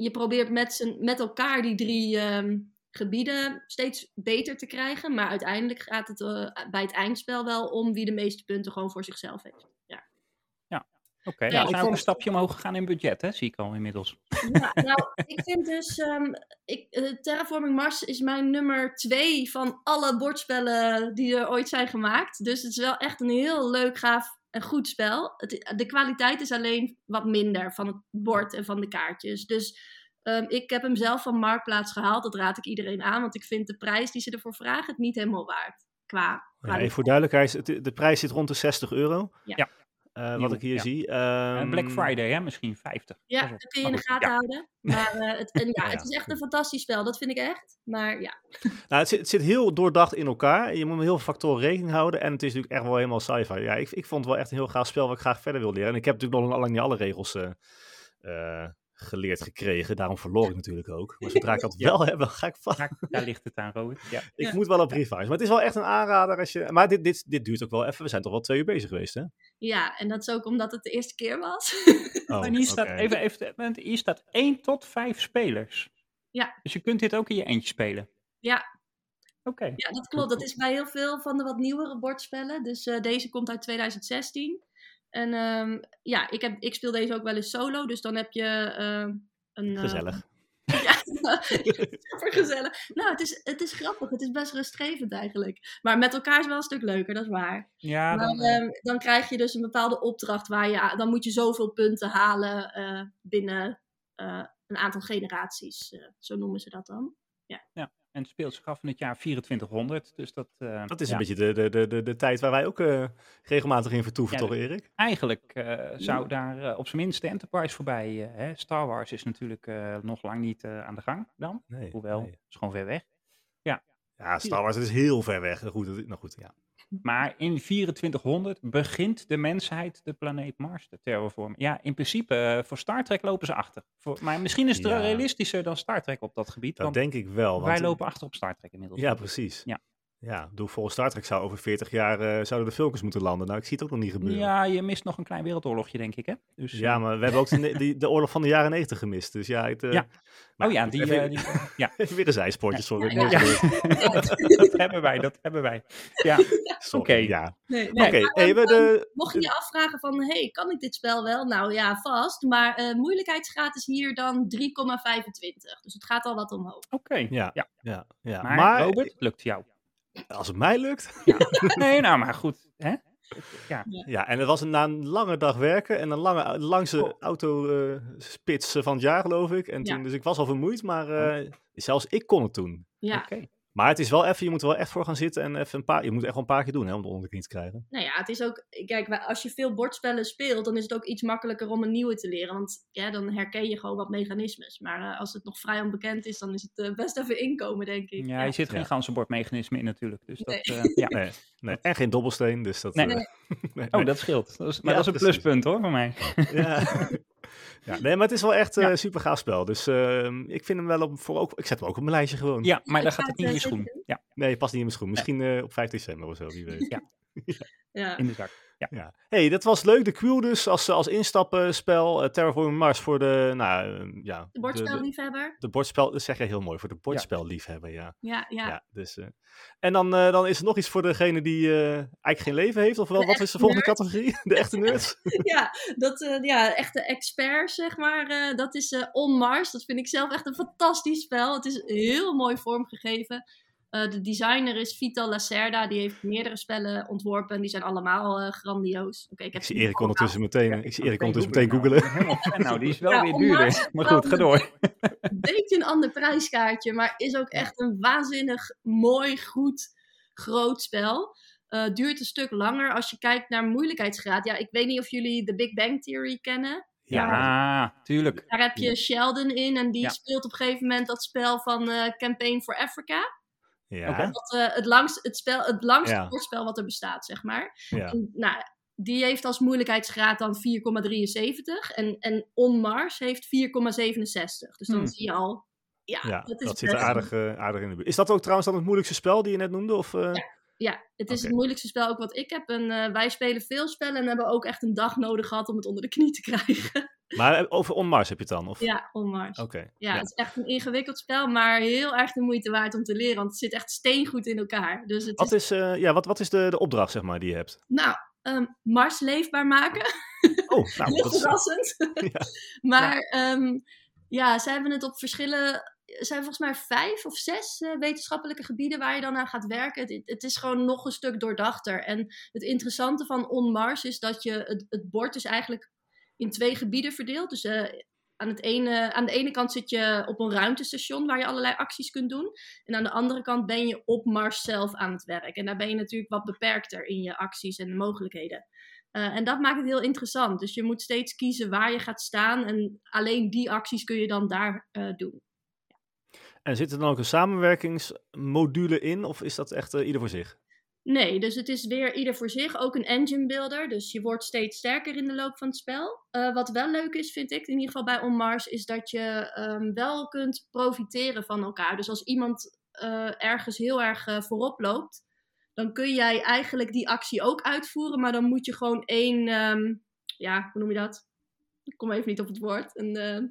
[SPEAKER 4] je probeert met, z'n- met elkaar die drie ehm, gebieden steeds beter te krijgen. Maar uiteindelijk gaat het eh, bij het eindspel wel om wie de meeste punten gewoon voor zichzelf heeft.
[SPEAKER 3] Oké,
[SPEAKER 4] Ja,
[SPEAKER 3] nou,
[SPEAKER 4] ik
[SPEAKER 3] we zijn ook
[SPEAKER 4] vond-
[SPEAKER 3] een stapje omhoog gegaan in budget, hè? zie ik al inmiddels.
[SPEAKER 4] Ja, nou, ik vind dus... ehm, ik, eh, Terraforming Mars is mijn nummer twee van alle bordspellen die er ooit zijn gemaakt. Dus het is wel echt een heel leuk, gaaf en goed spel. Het, de kwaliteit is alleen wat minder van het bord en van de kaartjes. Dus ehm, ik heb hem zelf van Marktplaats gehaald. Dat raad ik iedereen aan, want ik vind de prijs die ze ervoor vragen het niet helemaal waard. Qua
[SPEAKER 2] Ja, even voor duidelijkheid, het- de prijs zit rond de 60 euro.
[SPEAKER 4] Ja.
[SPEAKER 3] Ja.
[SPEAKER 2] eh, wat
[SPEAKER 3] Nieuw,
[SPEAKER 2] ik hier
[SPEAKER 3] ja.
[SPEAKER 2] zie.
[SPEAKER 3] Eh,
[SPEAKER 2] Ehm,
[SPEAKER 3] Black Friday, hè? misschien 50.
[SPEAKER 4] Ja,
[SPEAKER 3] Pas op.
[SPEAKER 4] dat kun je in
[SPEAKER 3] Maar
[SPEAKER 4] de
[SPEAKER 3] goed,
[SPEAKER 4] gaten
[SPEAKER 3] ja.
[SPEAKER 4] houden. Maar eh, het, en ja,
[SPEAKER 2] Ja,
[SPEAKER 4] het is echt een fantastisch spel. Dat vind ik echt. Maar ja,
[SPEAKER 2] Nou, het, zit, het zit heel doordacht in elkaar. Je moet met heel veel factoren rekening houden. En het is natuurlijk echt wel helemaal sci-fi. Ja, ik, ik vond het wel echt een heel gaaf spel wat ik graag verder wil leren. En ik heb natuurlijk nog lang niet alle regels eh, eh, geleerd gekregen. Daarom verloor ik natuurlijk ook. Maar zodra ik dat wel heb, dan ga ik vast.
[SPEAKER 3] Daar- Daar ligt het aan, Robert. Ja.
[SPEAKER 2] Ik moet wel op revise. Maar het is wel echt een aanrader. Als je... Maar dit, dit, dit duurt ook wel even. We zijn toch wel twee uur bezig geweest, hè?
[SPEAKER 4] ja, en dat is ook omdat het de eerste keer was.
[SPEAKER 2] Oh,
[SPEAKER 3] en hier staat,
[SPEAKER 2] oké.
[SPEAKER 3] even, even, want hier staat 1 tot 5 spelers.
[SPEAKER 4] Ja.
[SPEAKER 3] Dus je kunt dit ook in je eentje spelen.
[SPEAKER 4] Ja.
[SPEAKER 3] Oké.
[SPEAKER 4] ja, dat klopt. Dat is bij heel veel van de wat nieuwere bordspellen. Dus eh, deze komt uit 2016. En ehm, ja, ik, heb, ik speel deze ook wel eens solo. Dus dan heb je ehm, een... eh,
[SPEAKER 2] Gezellig.
[SPEAKER 4] Ja, supergezellig. Nou, het is, het is grappig. Het is best rustgevend eigenlijk. Maar met elkaar is wel een stuk leuker, dat is waar.
[SPEAKER 3] Ja,
[SPEAKER 4] Maar,
[SPEAKER 3] dan, eh,
[SPEAKER 4] ehm, dan krijg je dus een bepaalde opdracht waar je... Dan moet je zoveel punten halen eh, binnen eh, een aantal generaties. eh, zo noemen ze dat dan.
[SPEAKER 3] en het speelt zich af in het jaar 2400. Dus dat, eh,
[SPEAKER 2] Dat is
[SPEAKER 3] ja.
[SPEAKER 2] een beetje de, de, de, de, de tijd waar wij ook eh, regelmatig in vertoeven,
[SPEAKER 3] Ja,
[SPEAKER 2] toch, Erik?
[SPEAKER 3] Eigenlijk eh, zou daar eh, op zijn minst de Enterprise voorbij. eh, hè? Star Wars is natuurlijk eh, nog lang niet eh, aan de gang dan.
[SPEAKER 2] Nee.
[SPEAKER 3] Hoewel,
[SPEAKER 2] nee.
[SPEAKER 3] is gewoon ver weg.
[SPEAKER 2] Ja, Star Wars het is heel ver weg. Goed, dat- nou goed, ja.
[SPEAKER 3] Maar in 2400 begint de mensheid de planeet Mars te terraformen. Ja, in principe, eh, voor Star Trek lopen ze achter. Voor, maar misschien is het
[SPEAKER 2] Ja.
[SPEAKER 3] realistischer dan Star Trek op dat gebied.
[SPEAKER 2] Dat
[SPEAKER 3] want
[SPEAKER 2] denk ik wel. Want eh,
[SPEAKER 3] wij lopen achter op Star Trek inmiddels.
[SPEAKER 2] Ja, precies.
[SPEAKER 3] Ja.
[SPEAKER 2] Ja, doe volgens Star Trek zou over 40 jaar eh, zouden de Vulcans moeten landen. Nou, ik zie het ook nog niet gebeuren. Ja,
[SPEAKER 3] Ja, je mist nog een klein wereldoorlogje, denk ik, hè? Dus, eh,
[SPEAKER 2] maar we hebben ook de, die- de oorlog van de jaren 90 gemist. Dus ja, het, eh,
[SPEAKER 3] Ja.
[SPEAKER 2] maar
[SPEAKER 3] oh ja,
[SPEAKER 2] goed,
[SPEAKER 3] die,
[SPEAKER 2] even,
[SPEAKER 3] eh, die-
[SPEAKER 2] even weer een zijspoortje, sorry.
[SPEAKER 4] Ja,
[SPEAKER 2] Ja,
[SPEAKER 4] ja.
[SPEAKER 3] dat hebben wij, dat hebben wij. Ja,
[SPEAKER 2] sorry,
[SPEAKER 3] Oké.
[SPEAKER 2] ja.
[SPEAKER 4] Nee,
[SPEAKER 2] Oké, hey, we de...
[SPEAKER 4] Mocht je je afvragen van, hey, kan ik dit spel wel? Nou ja, vast. Maar eh, moeilijkheidsgraad is hier dan 3,25. Dus het gaat al wat omhoog.
[SPEAKER 3] oké.
[SPEAKER 2] Ja, ja.
[SPEAKER 3] Ja.
[SPEAKER 2] ja, Maar,
[SPEAKER 3] Nou, Maar, Robert, het lukt jou.
[SPEAKER 2] als het mij lukt...
[SPEAKER 3] Nee, nou, maar goed. Hè? Ja,
[SPEAKER 2] Ja, en het was een, na een lange dag werken en een lange, langste autospits van het jaar, geloof ik. En
[SPEAKER 4] Ja.
[SPEAKER 2] toen, Dus ik was al vermoeid, maar
[SPEAKER 3] Oh.
[SPEAKER 2] eh, zelfs ik kon het toen.
[SPEAKER 4] Ja,
[SPEAKER 3] oké.
[SPEAKER 2] Maar het is wel even, je moet er wel echt voor gaan zitten en even een paar, je moet echt wel een paar keer doen hè, om de onderknie te krijgen.
[SPEAKER 4] nou ja, het is ook... Kijk, wij- als je veel bordspellen speelt, dan is het ook iets makkelijker om een nieuwe te leren. Want ja, dan herken je gewoon wat mechanismes. Maar eh, als het nog vrij onbekend is, dan is het eh, best even inkomen, denk ik.
[SPEAKER 3] Ja, je zit geen
[SPEAKER 2] Ja.
[SPEAKER 3] ganzenbordmechanisme in natuurlijk. Dus
[SPEAKER 4] Nee.
[SPEAKER 3] dat, eh, ja.
[SPEAKER 2] Nee, nee. En geen dobbelsteen, dus dat...
[SPEAKER 3] Nee.
[SPEAKER 2] eh, nee,
[SPEAKER 3] Oh,
[SPEAKER 2] nee.
[SPEAKER 3] dat scheelt. Dat is, maar
[SPEAKER 2] Ja,
[SPEAKER 3] dat is een
[SPEAKER 2] precies.
[SPEAKER 3] pluspunt hoor, voor mij.
[SPEAKER 2] Ja. ja. Nee, maar het is wel echt
[SPEAKER 3] Ja.
[SPEAKER 2] een super gaaf spel. Dus ehm, ik vind hem wel op, voor ook, ik zet hem ook op mijn lijstje gewoon.
[SPEAKER 3] Ja, maar
[SPEAKER 4] ik
[SPEAKER 3] dan
[SPEAKER 4] ga
[SPEAKER 3] gaat het
[SPEAKER 4] het,
[SPEAKER 3] niet in je
[SPEAKER 4] eh,
[SPEAKER 3] schoen.
[SPEAKER 4] zeker
[SPEAKER 3] Ja,
[SPEAKER 2] Nee, past niet in mijn schoen. Misschien eh, op 5 december of zo, wie weet.
[SPEAKER 4] Ja.
[SPEAKER 3] in de zak. Ja.
[SPEAKER 2] Ja. hey, dat was leuk. De Quill dus als, als instappenspel. eh, Terraforming Mars voor de, nou eh, ja.
[SPEAKER 4] De
[SPEAKER 2] De,
[SPEAKER 4] bordspelliefhebber.
[SPEAKER 2] de bordspel, dat zeg je heel mooi, voor de bordspelliefhebber, ja.
[SPEAKER 4] Ja, ja.
[SPEAKER 2] Ja. dus, eh, en dan, eh, dan is er nog iets voor degene die eh, eigenlijk geen leven heeft. Of wel,
[SPEAKER 4] De
[SPEAKER 2] wat is
[SPEAKER 4] echte
[SPEAKER 2] de volgende categorie? De echte nerds?
[SPEAKER 4] ja, dat, eh, ja, echte experts, zeg maar. eh, dat is eh, On Mars. Dat vind ik zelf echt een fantastisch spel. Het is heel mooi vormgegeven. Eh, de designer is Vital Lacerda. Die heeft meerdere spellen ontworpen. En die zijn allemaal eh, grandioos. Oké, ik,
[SPEAKER 2] Ik
[SPEAKER 4] heb
[SPEAKER 2] zie
[SPEAKER 4] ze
[SPEAKER 2] Erik
[SPEAKER 4] niet
[SPEAKER 2] ondertussen meteen,
[SPEAKER 3] Ja,
[SPEAKER 2] ik zie Erik ondertussen
[SPEAKER 3] Google
[SPEAKER 2] meteen googelen.
[SPEAKER 3] Nou, helemaal fan. nou, die is wel
[SPEAKER 4] Ja,
[SPEAKER 3] weer
[SPEAKER 4] onlangs
[SPEAKER 3] duurder. Maar goed, ga
[SPEAKER 4] wel
[SPEAKER 3] door.
[SPEAKER 4] een beetje een ander prijskaartje, maar is ook echt een waanzinnig mooi, goed, groot spel. Eh, duurt een stuk langer als je kijkt naar moeilijkheidsgraad. Ja, ik weet niet of jullie de Big Bang Theory kennen.
[SPEAKER 3] Ja, tuurlijk.
[SPEAKER 4] Daar heb je Sheldon in en die
[SPEAKER 3] Ja.
[SPEAKER 4] speelt op een gegeven moment dat spel van eh, Campaign for Africa.
[SPEAKER 2] Ja,
[SPEAKER 3] Oké.
[SPEAKER 4] Dat, eh, het, langst, het, spel, het langste
[SPEAKER 2] Ja.
[SPEAKER 4] woordspel wat er bestaat, zeg maar.
[SPEAKER 2] ja.
[SPEAKER 4] En, nou, die heeft als moeilijkheidsgraad dan 4,73 en, en On Mars heeft 4,67. Dus dan
[SPEAKER 3] Hmm.
[SPEAKER 4] zie je al, ja,
[SPEAKER 2] Ja,
[SPEAKER 4] dat
[SPEAKER 2] dat,
[SPEAKER 4] is
[SPEAKER 2] zit er
[SPEAKER 4] best-
[SPEAKER 2] aardig, eh, aardig in de buurt. Is dat ook trouwens dan het moeilijkste spel die je net noemde? Of, eh,
[SPEAKER 4] Ja, het is
[SPEAKER 2] Oké.
[SPEAKER 4] het moeilijkste spel ook wat ik heb. En eh, wij spelen veel spellen en hebben ook echt een dag nodig gehad om het onder de knie te krijgen.
[SPEAKER 2] Maar eh, over On Mars heb je het dan? Of?
[SPEAKER 4] ja, On Mars.
[SPEAKER 2] Oké.
[SPEAKER 4] Ja, het is echt een ingewikkeld spel, maar heel erg de moeite waard om te leren. Want het zit echt steengoed in elkaar. Dus het
[SPEAKER 2] Wat
[SPEAKER 4] is,
[SPEAKER 2] is, eh, ja, wat, wat is de, de opdracht, zeg maar, die je hebt?
[SPEAKER 4] nou, ehm, Mars leefbaar maken.
[SPEAKER 2] Oh, nou,
[SPEAKER 4] Heel
[SPEAKER 2] dat is...
[SPEAKER 4] verrassend. maar ehm, ja, zij hebben het op verschillen... Er zijn volgens mij vijf of zes eh, wetenschappelijke gebieden waar je dan aan gaat werken. Het, het is gewoon nog een stuk doordachter. En het interessante van On Mars is dat je het, het bord dus eigenlijk in twee gebieden verdeelt. Dus eh, aan, het ene, aan de ene kant zit je op een ruimtestation waar je allerlei acties kunt doen. En aan de andere kant ben je op Mars zelf aan het werk. En daar ben je natuurlijk wat beperkter in je acties en mogelijkheden. Eh, en dat maakt het heel interessant. Dus je moet steeds kiezen waar je gaat staan. En alleen die acties kun je dan daar eh, doen.
[SPEAKER 2] En zit er dan ook een samenwerkingsmodule in, of is dat echt eh, ieder voor zich?
[SPEAKER 4] Nee, dus het is weer ieder voor zich. Ook een engine builder. Dus je wordt steeds sterker in de loop van het spel. Eh, wat wel leuk is, vind ik, in ieder geval bij On Mars, is dat je ehm, wel kunt profiteren van elkaar. Dus als iemand eh, ergens heel erg eh, voorop loopt, dan kun jij eigenlijk die actie ook uitvoeren. Maar dan moet je gewoon één, ehm, ja, hoe noem je dat? Ik kom even niet op het woord. Een ehm,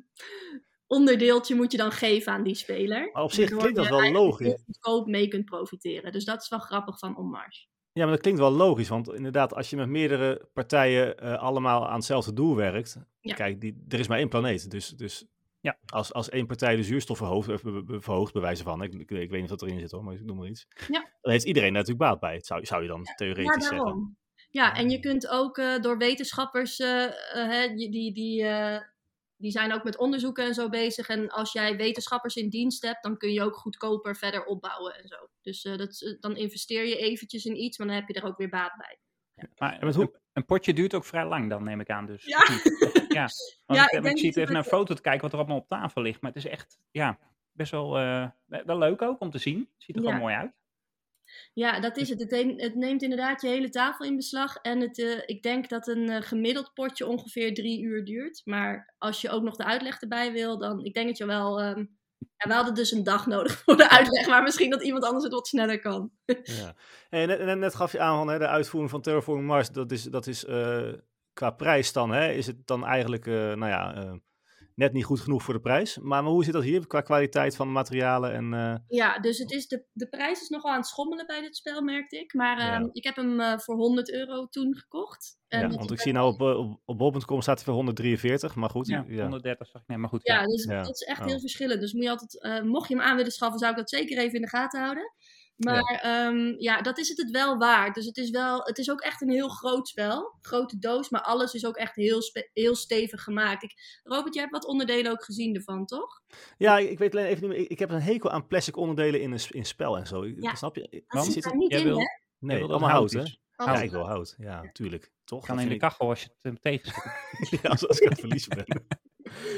[SPEAKER 4] onderdeeltje moet je dan geven aan die speler.
[SPEAKER 2] Maar op zich
[SPEAKER 4] Waardoor
[SPEAKER 2] klinkt dat
[SPEAKER 4] je
[SPEAKER 2] wel
[SPEAKER 4] eigenlijk
[SPEAKER 2] logisch.
[SPEAKER 4] heel goedkoop mee kunt profiteren. Dus dat is wel grappig van On Mars.
[SPEAKER 2] Ja, maar dat klinkt wel logisch, want inderdaad, als je met meerdere partijen eh, allemaal aan hetzelfde doel werkt,
[SPEAKER 4] Ja.
[SPEAKER 2] kijk, die, er is maar één planeet, dus, dus
[SPEAKER 3] Ja.
[SPEAKER 2] als, als één partij de zuurstof verhoogt, eh, be- be- verhoogt bij wijze van, ik, ik, ik weet niet of dat erin zit hoor, maar ik noem maar iets,
[SPEAKER 4] Ja.
[SPEAKER 2] dan heeft iedereen daar natuurlijk baat bij, zou, zou je dan theoretisch zeggen.
[SPEAKER 4] Ja, en je kunt ook eh, door wetenschappers, eh, eh, hè, die, die, die, eh, die zijn ook met onderzoeken en zo bezig. En als jij wetenschappers in dienst hebt, dan kun je ook goedkoper verder opbouwen en zo. Dus eh, dat, is, eh, dan investeer je eventjes in iets, maar dan heb je er ook weer baat bij.
[SPEAKER 3] Maar
[SPEAKER 2] met hoe-
[SPEAKER 3] een, een potje duurt ook vrij lang dan, neem ik aan dus.
[SPEAKER 4] Ja.
[SPEAKER 3] Of niet? ja. Want
[SPEAKER 4] Ja,
[SPEAKER 3] ik, eh,
[SPEAKER 4] ik
[SPEAKER 3] ik
[SPEAKER 4] denk
[SPEAKER 3] zie het
[SPEAKER 4] dat
[SPEAKER 3] even naar een foto te kijken wat er allemaal op tafel ligt. Maar het is echt, ja, best wel, eh, wel leuk ook om te zien. Het ziet er
[SPEAKER 4] Ja.
[SPEAKER 3] gewoon mooi uit.
[SPEAKER 4] Ja, dat is het. Het neemt, het neemt inderdaad je hele tafel in beslag. En het, eh, ik denk dat een eh, gemiddeld potje ongeveer drie uur duurt. Maar als je ook nog de uitleg erbij wil, dan ik denk dat je wel. ehm, ja, we hadden dus een dag nodig voor de uitleg, maar misschien dat iemand anders het wat sneller kan.
[SPEAKER 2] Ja. En net, net, net gaf je aan van hè, de uitvoering van Terraforming Mars, dat is, dat is eh, qua prijs dan, hè, is het dan eigenlijk, eh, nou ja, eh, net niet goed genoeg voor de prijs. Maar, maar hoe zit dat hier qua kwaliteit van materialen en... eh,
[SPEAKER 4] Ja, dus het is de, de prijs is nogal aan het schommelen bij dit spel, merkte ik. Maar
[SPEAKER 2] Ja.
[SPEAKER 4] ehm, ik heb hem eh, voor 100 euro toen gekocht. En
[SPEAKER 2] Ja,
[SPEAKER 4] dat
[SPEAKER 2] want
[SPEAKER 4] is
[SPEAKER 2] ik zie nou op, eh, op, op bol.com staat hij voor 143, maar goed.
[SPEAKER 3] Ja,
[SPEAKER 2] Ja, ja.
[SPEAKER 3] 130 zag ik. Nee, maar goed.
[SPEAKER 4] Ja,
[SPEAKER 3] ja.
[SPEAKER 4] dus
[SPEAKER 2] Ja.
[SPEAKER 4] dat is echt
[SPEAKER 2] Oh.
[SPEAKER 4] heel verschillend. Dus moet je altijd, eh, mocht je hem aan willen schaffen, zou ik dat zeker even in de gaten houden. Maar ja, ja dat is het het wel waard. Dus het is, wel, het is ook echt een heel groot spel. Grote doos, maar alles is ook echt heel, spe- heel stevig gemaakt. Ik, Robert, jij hebt wat onderdelen ook gezien ervan, toch?
[SPEAKER 2] Ja, ik, ik weet alleen even niet meer. Ik, ik heb een hekel aan plastic onderdelen in, een, s- in spel en zo. Ik-
[SPEAKER 4] Ja.
[SPEAKER 2] Snap je?
[SPEAKER 4] Dat
[SPEAKER 3] Want
[SPEAKER 4] zit
[SPEAKER 2] zit
[SPEAKER 4] daar
[SPEAKER 2] het-
[SPEAKER 4] niet
[SPEAKER 3] jij
[SPEAKER 4] in,
[SPEAKER 3] wil-
[SPEAKER 4] hè?
[SPEAKER 2] Nee,
[SPEAKER 3] wil dat
[SPEAKER 2] allemaal
[SPEAKER 3] het
[SPEAKER 2] hout, hè?
[SPEAKER 3] is.
[SPEAKER 2] Ja,
[SPEAKER 4] Alles-
[SPEAKER 2] ik wil hout. Ja, tuurlijk. Toch?
[SPEAKER 3] Kan
[SPEAKER 2] Dat
[SPEAKER 3] in de
[SPEAKER 2] vind ik-
[SPEAKER 3] kachel als je het eh, hem tegensteekt.
[SPEAKER 2] Ja, als, als ik aan het verliezen ben.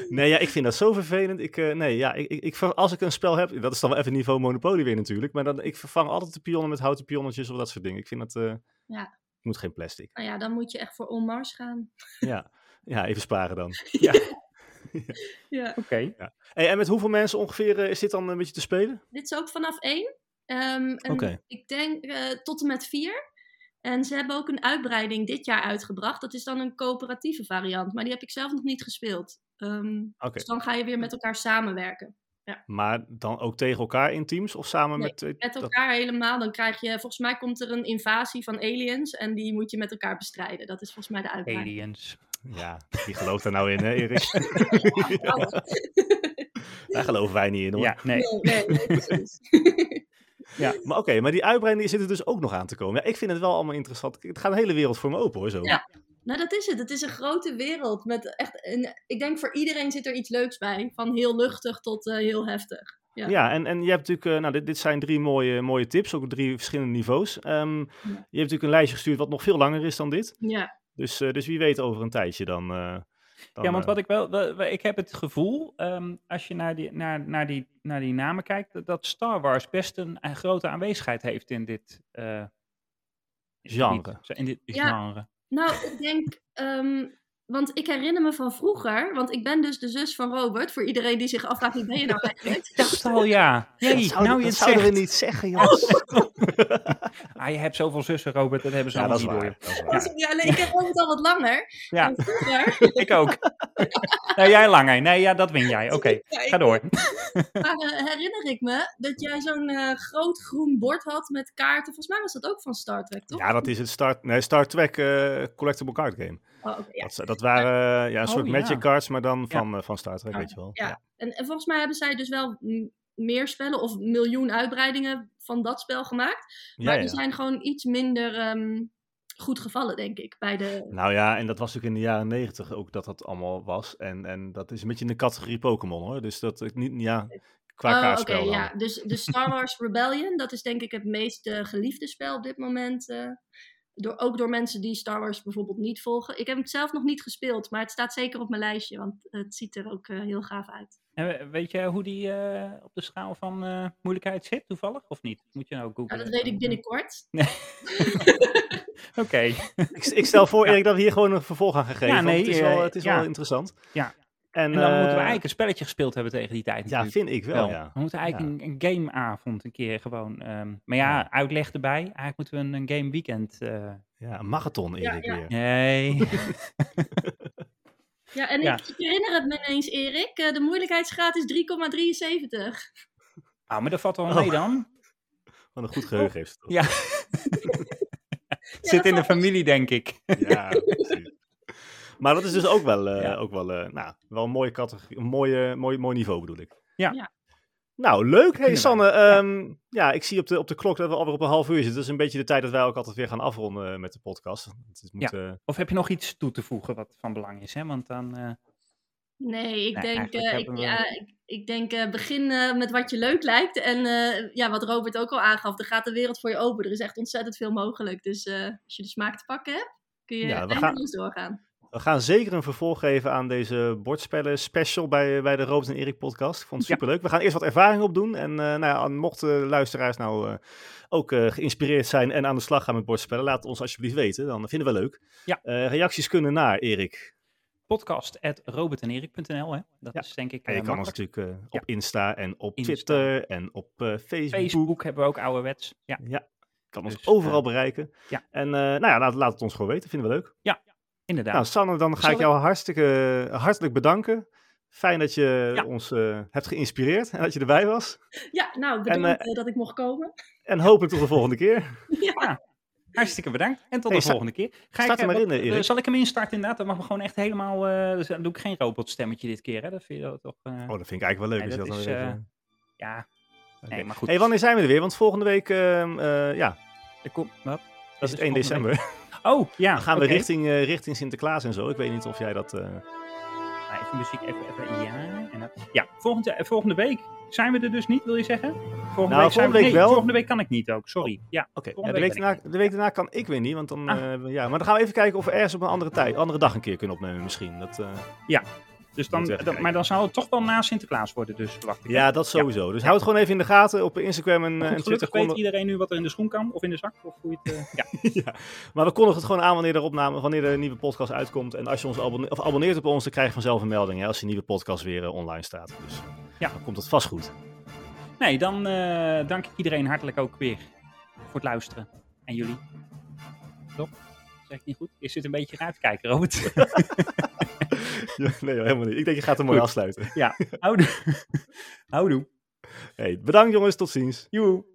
[SPEAKER 2] Nee, ja, ik vind dat zo vervelend. Ik, eh, nee, ja, ik, ik, ik ver- als ik een spel heb, dat is dan wel even niveau Monopoly weer natuurlijk. Maar dan, ik vervang altijd de pionnen met houten pionnetjes of dat soort dingen. Ik vind dat... eh,
[SPEAKER 4] Ja.
[SPEAKER 2] Ik moet geen plastic.
[SPEAKER 4] Nou ja, dan moet je echt voor On Mars gaan.
[SPEAKER 2] Ja, ja even sparen dan.
[SPEAKER 4] Ja.
[SPEAKER 3] Oké.
[SPEAKER 2] Hey, en met hoeveel mensen ongeveer eh, is dit dan een beetje te spelen?
[SPEAKER 4] Dit is ook vanaf één. Ehm, en
[SPEAKER 2] Oké.
[SPEAKER 4] Ik denk eh, tot en met vier. En ze hebben ook een uitbreiding dit jaar uitgebracht. Dat is dan een coöperatieve variant. Maar die heb ik zelf nog niet gespeeld. Ehm,
[SPEAKER 2] Oké.
[SPEAKER 4] Dus dan ga je weer met elkaar samenwerken.
[SPEAKER 2] Maar dan ook tegen elkaar in teams of samen
[SPEAKER 4] Nee,
[SPEAKER 2] met twee?
[SPEAKER 4] Met
[SPEAKER 2] dat-
[SPEAKER 4] elkaar helemaal. Dan krijg je, volgens mij komt er een invasie van aliens. En die moet je met elkaar bestrijden. Dat is volgens mij de uitbreiding.
[SPEAKER 3] Aliens.
[SPEAKER 2] Ja, wie gelooft daar nou in, hè, Erik?
[SPEAKER 4] Oh.
[SPEAKER 2] Daar geloven wij niet in, hoor.
[SPEAKER 3] Ja, nee.
[SPEAKER 4] Nee, nee, nee, precies.
[SPEAKER 2] Maar oké, maar die uitbreiding zit er dus ook nog aan te komen. Ja, ik vind het wel allemaal interessant. Het gaat een hele wereld voor me open, hoor, zo.
[SPEAKER 4] Ja. Nou, dat is het. Het is een grote wereld. Met echt een, ik denk voor iedereen zit er iets leuks bij. Van heel luchtig tot eh, heel heftig. Ja.
[SPEAKER 2] Ja, en, en je hebt natuurlijk, eh, nou, dit, dit zijn drie mooie, mooie tips, ook op drie verschillende niveaus. Ehm, Je hebt natuurlijk een lijstje gestuurd wat nog veel langer is dan dit.
[SPEAKER 4] Ja.
[SPEAKER 2] Dus, eh, dus wie weet over een tijdje dan... eh, dan,
[SPEAKER 3] Ja, want
[SPEAKER 2] eh,
[SPEAKER 3] wat ik wel, wel- wel- ik heb het gevoel, ehm, als je naar die, naar, naar, die, naar die namen kijkt, dat- dat Star Wars best een, een grote aanwezigheid heeft in dit eh,
[SPEAKER 2] Genre.
[SPEAKER 3] gebied, in dit
[SPEAKER 4] Ja.
[SPEAKER 3] genre.
[SPEAKER 4] Nou, ik denk. ehm, want ik herinner me van vroeger. Want ik ben dus de zus van Robert. Voor iedereen die zich afvraagt wie ben je nou eigenlijk.
[SPEAKER 3] Ik dacht al, ja. Jee,
[SPEAKER 2] dat zouden-
[SPEAKER 3] nou je
[SPEAKER 2] dat
[SPEAKER 3] het
[SPEAKER 2] zouden
[SPEAKER 3] zegt.
[SPEAKER 2] we niet zeggen, joh.
[SPEAKER 4] Oh.
[SPEAKER 3] Ah, je hebt zoveel zussen, Robert, dat hebben ze
[SPEAKER 2] Ja, dat
[SPEAKER 3] allemaal
[SPEAKER 2] is
[SPEAKER 3] niet door.
[SPEAKER 2] waar. dat is waar.
[SPEAKER 4] Oh, sorry, alleen ik heb Robert al wat langer.
[SPEAKER 3] Ja.
[SPEAKER 4] dan vroeger.
[SPEAKER 3] joh. Ik ook. nou, jij langer. Nee, ja, dat win jij. Oké,
[SPEAKER 4] Ja, ik-
[SPEAKER 3] ga door.
[SPEAKER 4] Maar eh, herinner ik me dat jij zo'n eh, groot groen bord had met kaarten. Volgens mij was dat ook van Star Trek, toch?
[SPEAKER 2] Ja, dat is het Star, nee, Star Trek eh, Collectible Card Game.
[SPEAKER 4] Oh, oké, ja.
[SPEAKER 2] Dat, z- dat waren eh, ja, een
[SPEAKER 3] Oh,
[SPEAKER 2] soort
[SPEAKER 3] ja.
[SPEAKER 2] Magic Cards, maar dan
[SPEAKER 3] Ja.
[SPEAKER 2] van, eh, van Star Trek,
[SPEAKER 4] Ja.
[SPEAKER 2] weet je wel.
[SPEAKER 4] Ja. En, en volgens mij hebben zij dus wel m- meer spellen of een miljoen uitbreidingen van dat spel gemaakt.
[SPEAKER 2] Ja,
[SPEAKER 4] Maar dus die
[SPEAKER 2] ja.
[SPEAKER 4] zijn gewoon iets minder ehm, goed gevallen, denk ik. Bij de...
[SPEAKER 2] Nou ja, en dat was natuurlijk in de jaren negentig ook dat dat allemaal was. En, en dat is een beetje in de categorie Pokémon hoor. Dus dat ik niet, ja, qua
[SPEAKER 4] Oh,
[SPEAKER 2] kaartspel dan.
[SPEAKER 4] ja. Dus, dus Star Wars Rebellion, dat is denk ik het meest eh, geliefde spel op dit moment. eh. Door, ook door mensen die Star Wars bijvoorbeeld niet volgen. Ik heb het zelf nog niet gespeeld, maar het staat zeker op mijn lijstje, want het ziet er ook eh, heel gaaf uit.
[SPEAKER 3] En we- weet je hoe die eh, op de schaal van eh, moeilijkheid zit, toevallig, of niet? Moet je nou
[SPEAKER 4] Ja,
[SPEAKER 3] googlen.
[SPEAKER 4] dat weet ik binnenkort.
[SPEAKER 3] Oké.
[SPEAKER 2] Ik, ik stel voor,
[SPEAKER 3] Ja.
[SPEAKER 2] Erik, dat we hier gewoon een vervolg aan gaan geven.
[SPEAKER 3] Ja,
[SPEAKER 2] want het
[SPEAKER 3] nee,
[SPEAKER 2] is, wel,
[SPEAKER 3] eh,
[SPEAKER 2] het is
[SPEAKER 3] ja.
[SPEAKER 2] wel interessant.
[SPEAKER 3] Ja.
[SPEAKER 2] En,
[SPEAKER 3] En dan
[SPEAKER 2] eh,
[SPEAKER 3] moeten we eigenlijk een spelletje gespeeld hebben tegen die tijd.
[SPEAKER 2] Ja,
[SPEAKER 3] natuurlijk.
[SPEAKER 2] vind ik wel, ja.
[SPEAKER 3] We moeten eigenlijk een, een gameavond een keer gewoon. ehm, maar ja,
[SPEAKER 2] Ja.
[SPEAKER 3] uitleg erbij. Eigenlijk moeten we een, een game weekend. eh,
[SPEAKER 2] Ja, een marathon,
[SPEAKER 4] Ja,
[SPEAKER 2] Erik,
[SPEAKER 4] ja.
[SPEAKER 2] weer.
[SPEAKER 3] nee.
[SPEAKER 4] Ja, en
[SPEAKER 3] Ja.
[SPEAKER 4] Ik, ik herinner het me ineens, Erik. eh, de moeilijkheidsgraad is 3,73.
[SPEAKER 3] Ah, maar dat valt wel
[SPEAKER 2] Oh.
[SPEAKER 3] mee dan.
[SPEAKER 2] Wat een
[SPEAKER 4] Oh.
[SPEAKER 2] goed geheugen heeft ze toch?
[SPEAKER 3] Ja.
[SPEAKER 4] dat
[SPEAKER 3] Zit in de
[SPEAKER 4] valt-
[SPEAKER 3] familie, denk ik.
[SPEAKER 2] Ja, precies. Maar dat is dus ook wel, eh,
[SPEAKER 3] Ja.
[SPEAKER 2] ook wel, eh, nou, wel een mooie categorie, een mooie, mooi, mooi niveau bedoel ik.
[SPEAKER 3] Ja.
[SPEAKER 4] Ja.
[SPEAKER 2] Nou, leuk. Hey
[SPEAKER 3] Kunnen
[SPEAKER 2] Sanne, ehm, ja. ik zie op de, op de klok dat we alweer op een half uur zitten. Dat is een beetje de tijd dat wij ook altijd weer gaan afronden eh, met de podcast. Het is- moet, eh,
[SPEAKER 3] Of heb je nog iets toe te voegen wat van belang is? Hè? Want dan. eh,
[SPEAKER 4] Nee, ik
[SPEAKER 3] Nee,
[SPEAKER 4] denk,
[SPEAKER 3] eigenlijk
[SPEAKER 4] eh, ik,
[SPEAKER 3] hebben we-
[SPEAKER 4] ja, ik, ik denk eh, begin eh, met wat je leuk lijkt. En eh, ja, wat Robert ook al aangaf, er gaat de wereld voor je open. Er is echt ontzettend veel mogelijk. Dus eh, als je de smaak te pakken hebt, kun je
[SPEAKER 2] Ja, we gaan-
[SPEAKER 4] eindeloos doorgaan.
[SPEAKER 2] we gaan zeker een vervolg geven aan deze bordspellen special bij, bij de Robert en Erik podcast. Ik vond het
[SPEAKER 3] Ja.
[SPEAKER 2] superleuk. We gaan eerst wat ervaring opdoen. En eh, nou ja, mochten luisteraars nou eh, ook eh, geïnspireerd zijn en aan de slag gaan met bordspellen, laat het ons alsjeblieft weten. Dan vinden we leuk.
[SPEAKER 3] Ja.
[SPEAKER 2] Eh, reacties kunnen naar Erik.
[SPEAKER 3] podcast at robertenerik.nl. hè? Dat
[SPEAKER 2] Ja.
[SPEAKER 3] is denk ik.
[SPEAKER 2] En
[SPEAKER 3] eh,
[SPEAKER 2] je kan ons
[SPEAKER 3] makkelijk.
[SPEAKER 2] natuurlijk eh,
[SPEAKER 3] Ja.
[SPEAKER 2] op Insta en op
[SPEAKER 3] Insta.
[SPEAKER 2] Twitter en op eh, Facebook.
[SPEAKER 3] Facebook hebben we ook ouderwets. Ja.
[SPEAKER 2] Ja, kan ons
[SPEAKER 3] Dus,
[SPEAKER 2] overal
[SPEAKER 3] eh,
[SPEAKER 2] bereiken.
[SPEAKER 3] ja.
[SPEAKER 2] En eh, nou ja, laat, laat het ons gewoon weten. Vinden we leuk.
[SPEAKER 3] Inderdaad.
[SPEAKER 2] Nou, Sanne, dan ga
[SPEAKER 3] Zal
[SPEAKER 2] ik
[SPEAKER 3] ik-
[SPEAKER 2] jou hartstikke, hartelijk bedanken. Fijn dat je
[SPEAKER 3] Ja.
[SPEAKER 2] ons eh, hebt geïnspireerd en dat je erbij was.
[SPEAKER 4] Ja, nou, bedankt eh, dat ik mocht komen.
[SPEAKER 2] En hopelijk tot de volgende keer.
[SPEAKER 4] ja.
[SPEAKER 3] Hartstikke bedankt. En tot
[SPEAKER 2] Hey,
[SPEAKER 3] de
[SPEAKER 2] sta-
[SPEAKER 3] volgende keer. Ga
[SPEAKER 2] start
[SPEAKER 3] ik,
[SPEAKER 2] er
[SPEAKER 3] eh,
[SPEAKER 2] maar in, eh,
[SPEAKER 3] eh,
[SPEAKER 2] Erik.
[SPEAKER 3] Zal ik hem instarten inderdaad? Dan mag we gewoon echt helemaal... eh, dus dan doe ik geen robotstemmetje dit keer, hè? Dat vind je dat toch... eh,
[SPEAKER 2] Oh, dat vind ik eigenlijk wel leuk.
[SPEAKER 3] Nee,
[SPEAKER 2] als je
[SPEAKER 3] dat
[SPEAKER 2] dat
[SPEAKER 3] is,
[SPEAKER 2] dan weer
[SPEAKER 3] eh,
[SPEAKER 2] even-
[SPEAKER 3] Ja,
[SPEAKER 2] Oké.
[SPEAKER 3] nee, maar goed.
[SPEAKER 2] hey, wanneer zijn we er weer? Want volgende week, ehm, eh, ja,
[SPEAKER 3] Er komt- wat?
[SPEAKER 2] is
[SPEAKER 3] is
[SPEAKER 2] het 1
[SPEAKER 3] volgende
[SPEAKER 2] december.
[SPEAKER 3] Oh, ja.
[SPEAKER 2] Dan gaan we
[SPEAKER 3] oké.
[SPEAKER 2] richting, eh, richting Sinterklaas en zo. Ik weet niet of jij dat... eh,
[SPEAKER 3] Nou, even muziek, even, even ja. En dan- ja, volgende, eh, volgende week zijn we er dus niet, wil je zeggen? Volgende
[SPEAKER 2] Nou,
[SPEAKER 3] zijn
[SPEAKER 2] volgende
[SPEAKER 3] we-
[SPEAKER 2] week
[SPEAKER 3] nee,
[SPEAKER 2] wel.
[SPEAKER 3] volgende week kan ik niet ook, sorry. Ja,
[SPEAKER 2] Oké, ja,
[SPEAKER 3] Volgende
[SPEAKER 2] de,
[SPEAKER 3] week
[SPEAKER 2] week
[SPEAKER 3] ben ik
[SPEAKER 2] daarna- de week daarna kan ik weer niet, want dan...
[SPEAKER 3] Ah.
[SPEAKER 2] eh, ja, maar dan gaan we even kijken of we ergens op een andere tijd, andere dag een keer kunnen opnemen misschien. Dat, eh,
[SPEAKER 3] dus dan,
[SPEAKER 2] Moet even
[SPEAKER 3] dat-
[SPEAKER 2] kijken.
[SPEAKER 3] maar dan zou het toch wel na Sinterklaas worden, dus verwacht ik.
[SPEAKER 2] ja, dat sowieso. Dus hou het gewoon even in de gaten op Instagram en, eh,
[SPEAKER 3] Goed,
[SPEAKER 2] en Twitter.
[SPEAKER 3] gelukkig weet
[SPEAKER 2] konden-
[SPEAKER 3] iedereen nu wat er in de schoen kan, of in de zak, of hoe je het... eh, ja.
[SPEAKER 2] Maar we kondigen het gewoon aan wanneer de opname, wanneer de nieuwe podcast uitkomt. En als je ons abonne- of abonneert op ons, dan krijg je vanzelf een melding hè, als die nieuwe podcast weer eh, online staat. Dus
[SPEAKER 3] Ja.
[SPEAKER 2] dan komt het vast goed.
[SPEAKER 3] Nee, dan eh, dank ik iedereen hartelijk ook weer voor het luisteren. En jullie. Toch? Zeg ik niet goed? Je zit een beetje raar te kijken, Robert.
[SPEAKER 2] nee, joh, helemaal niet. Ik denk je gaat er mooi
[SPEAKER 3] Goed.
[SPEAKER 2] afsluiten.
[SPEAKER 3] Houdoe. Houdoe.
[SPEAKER 2] Hey, bedankt jongens, tot ziens.
[SPEAKER 3] Joe.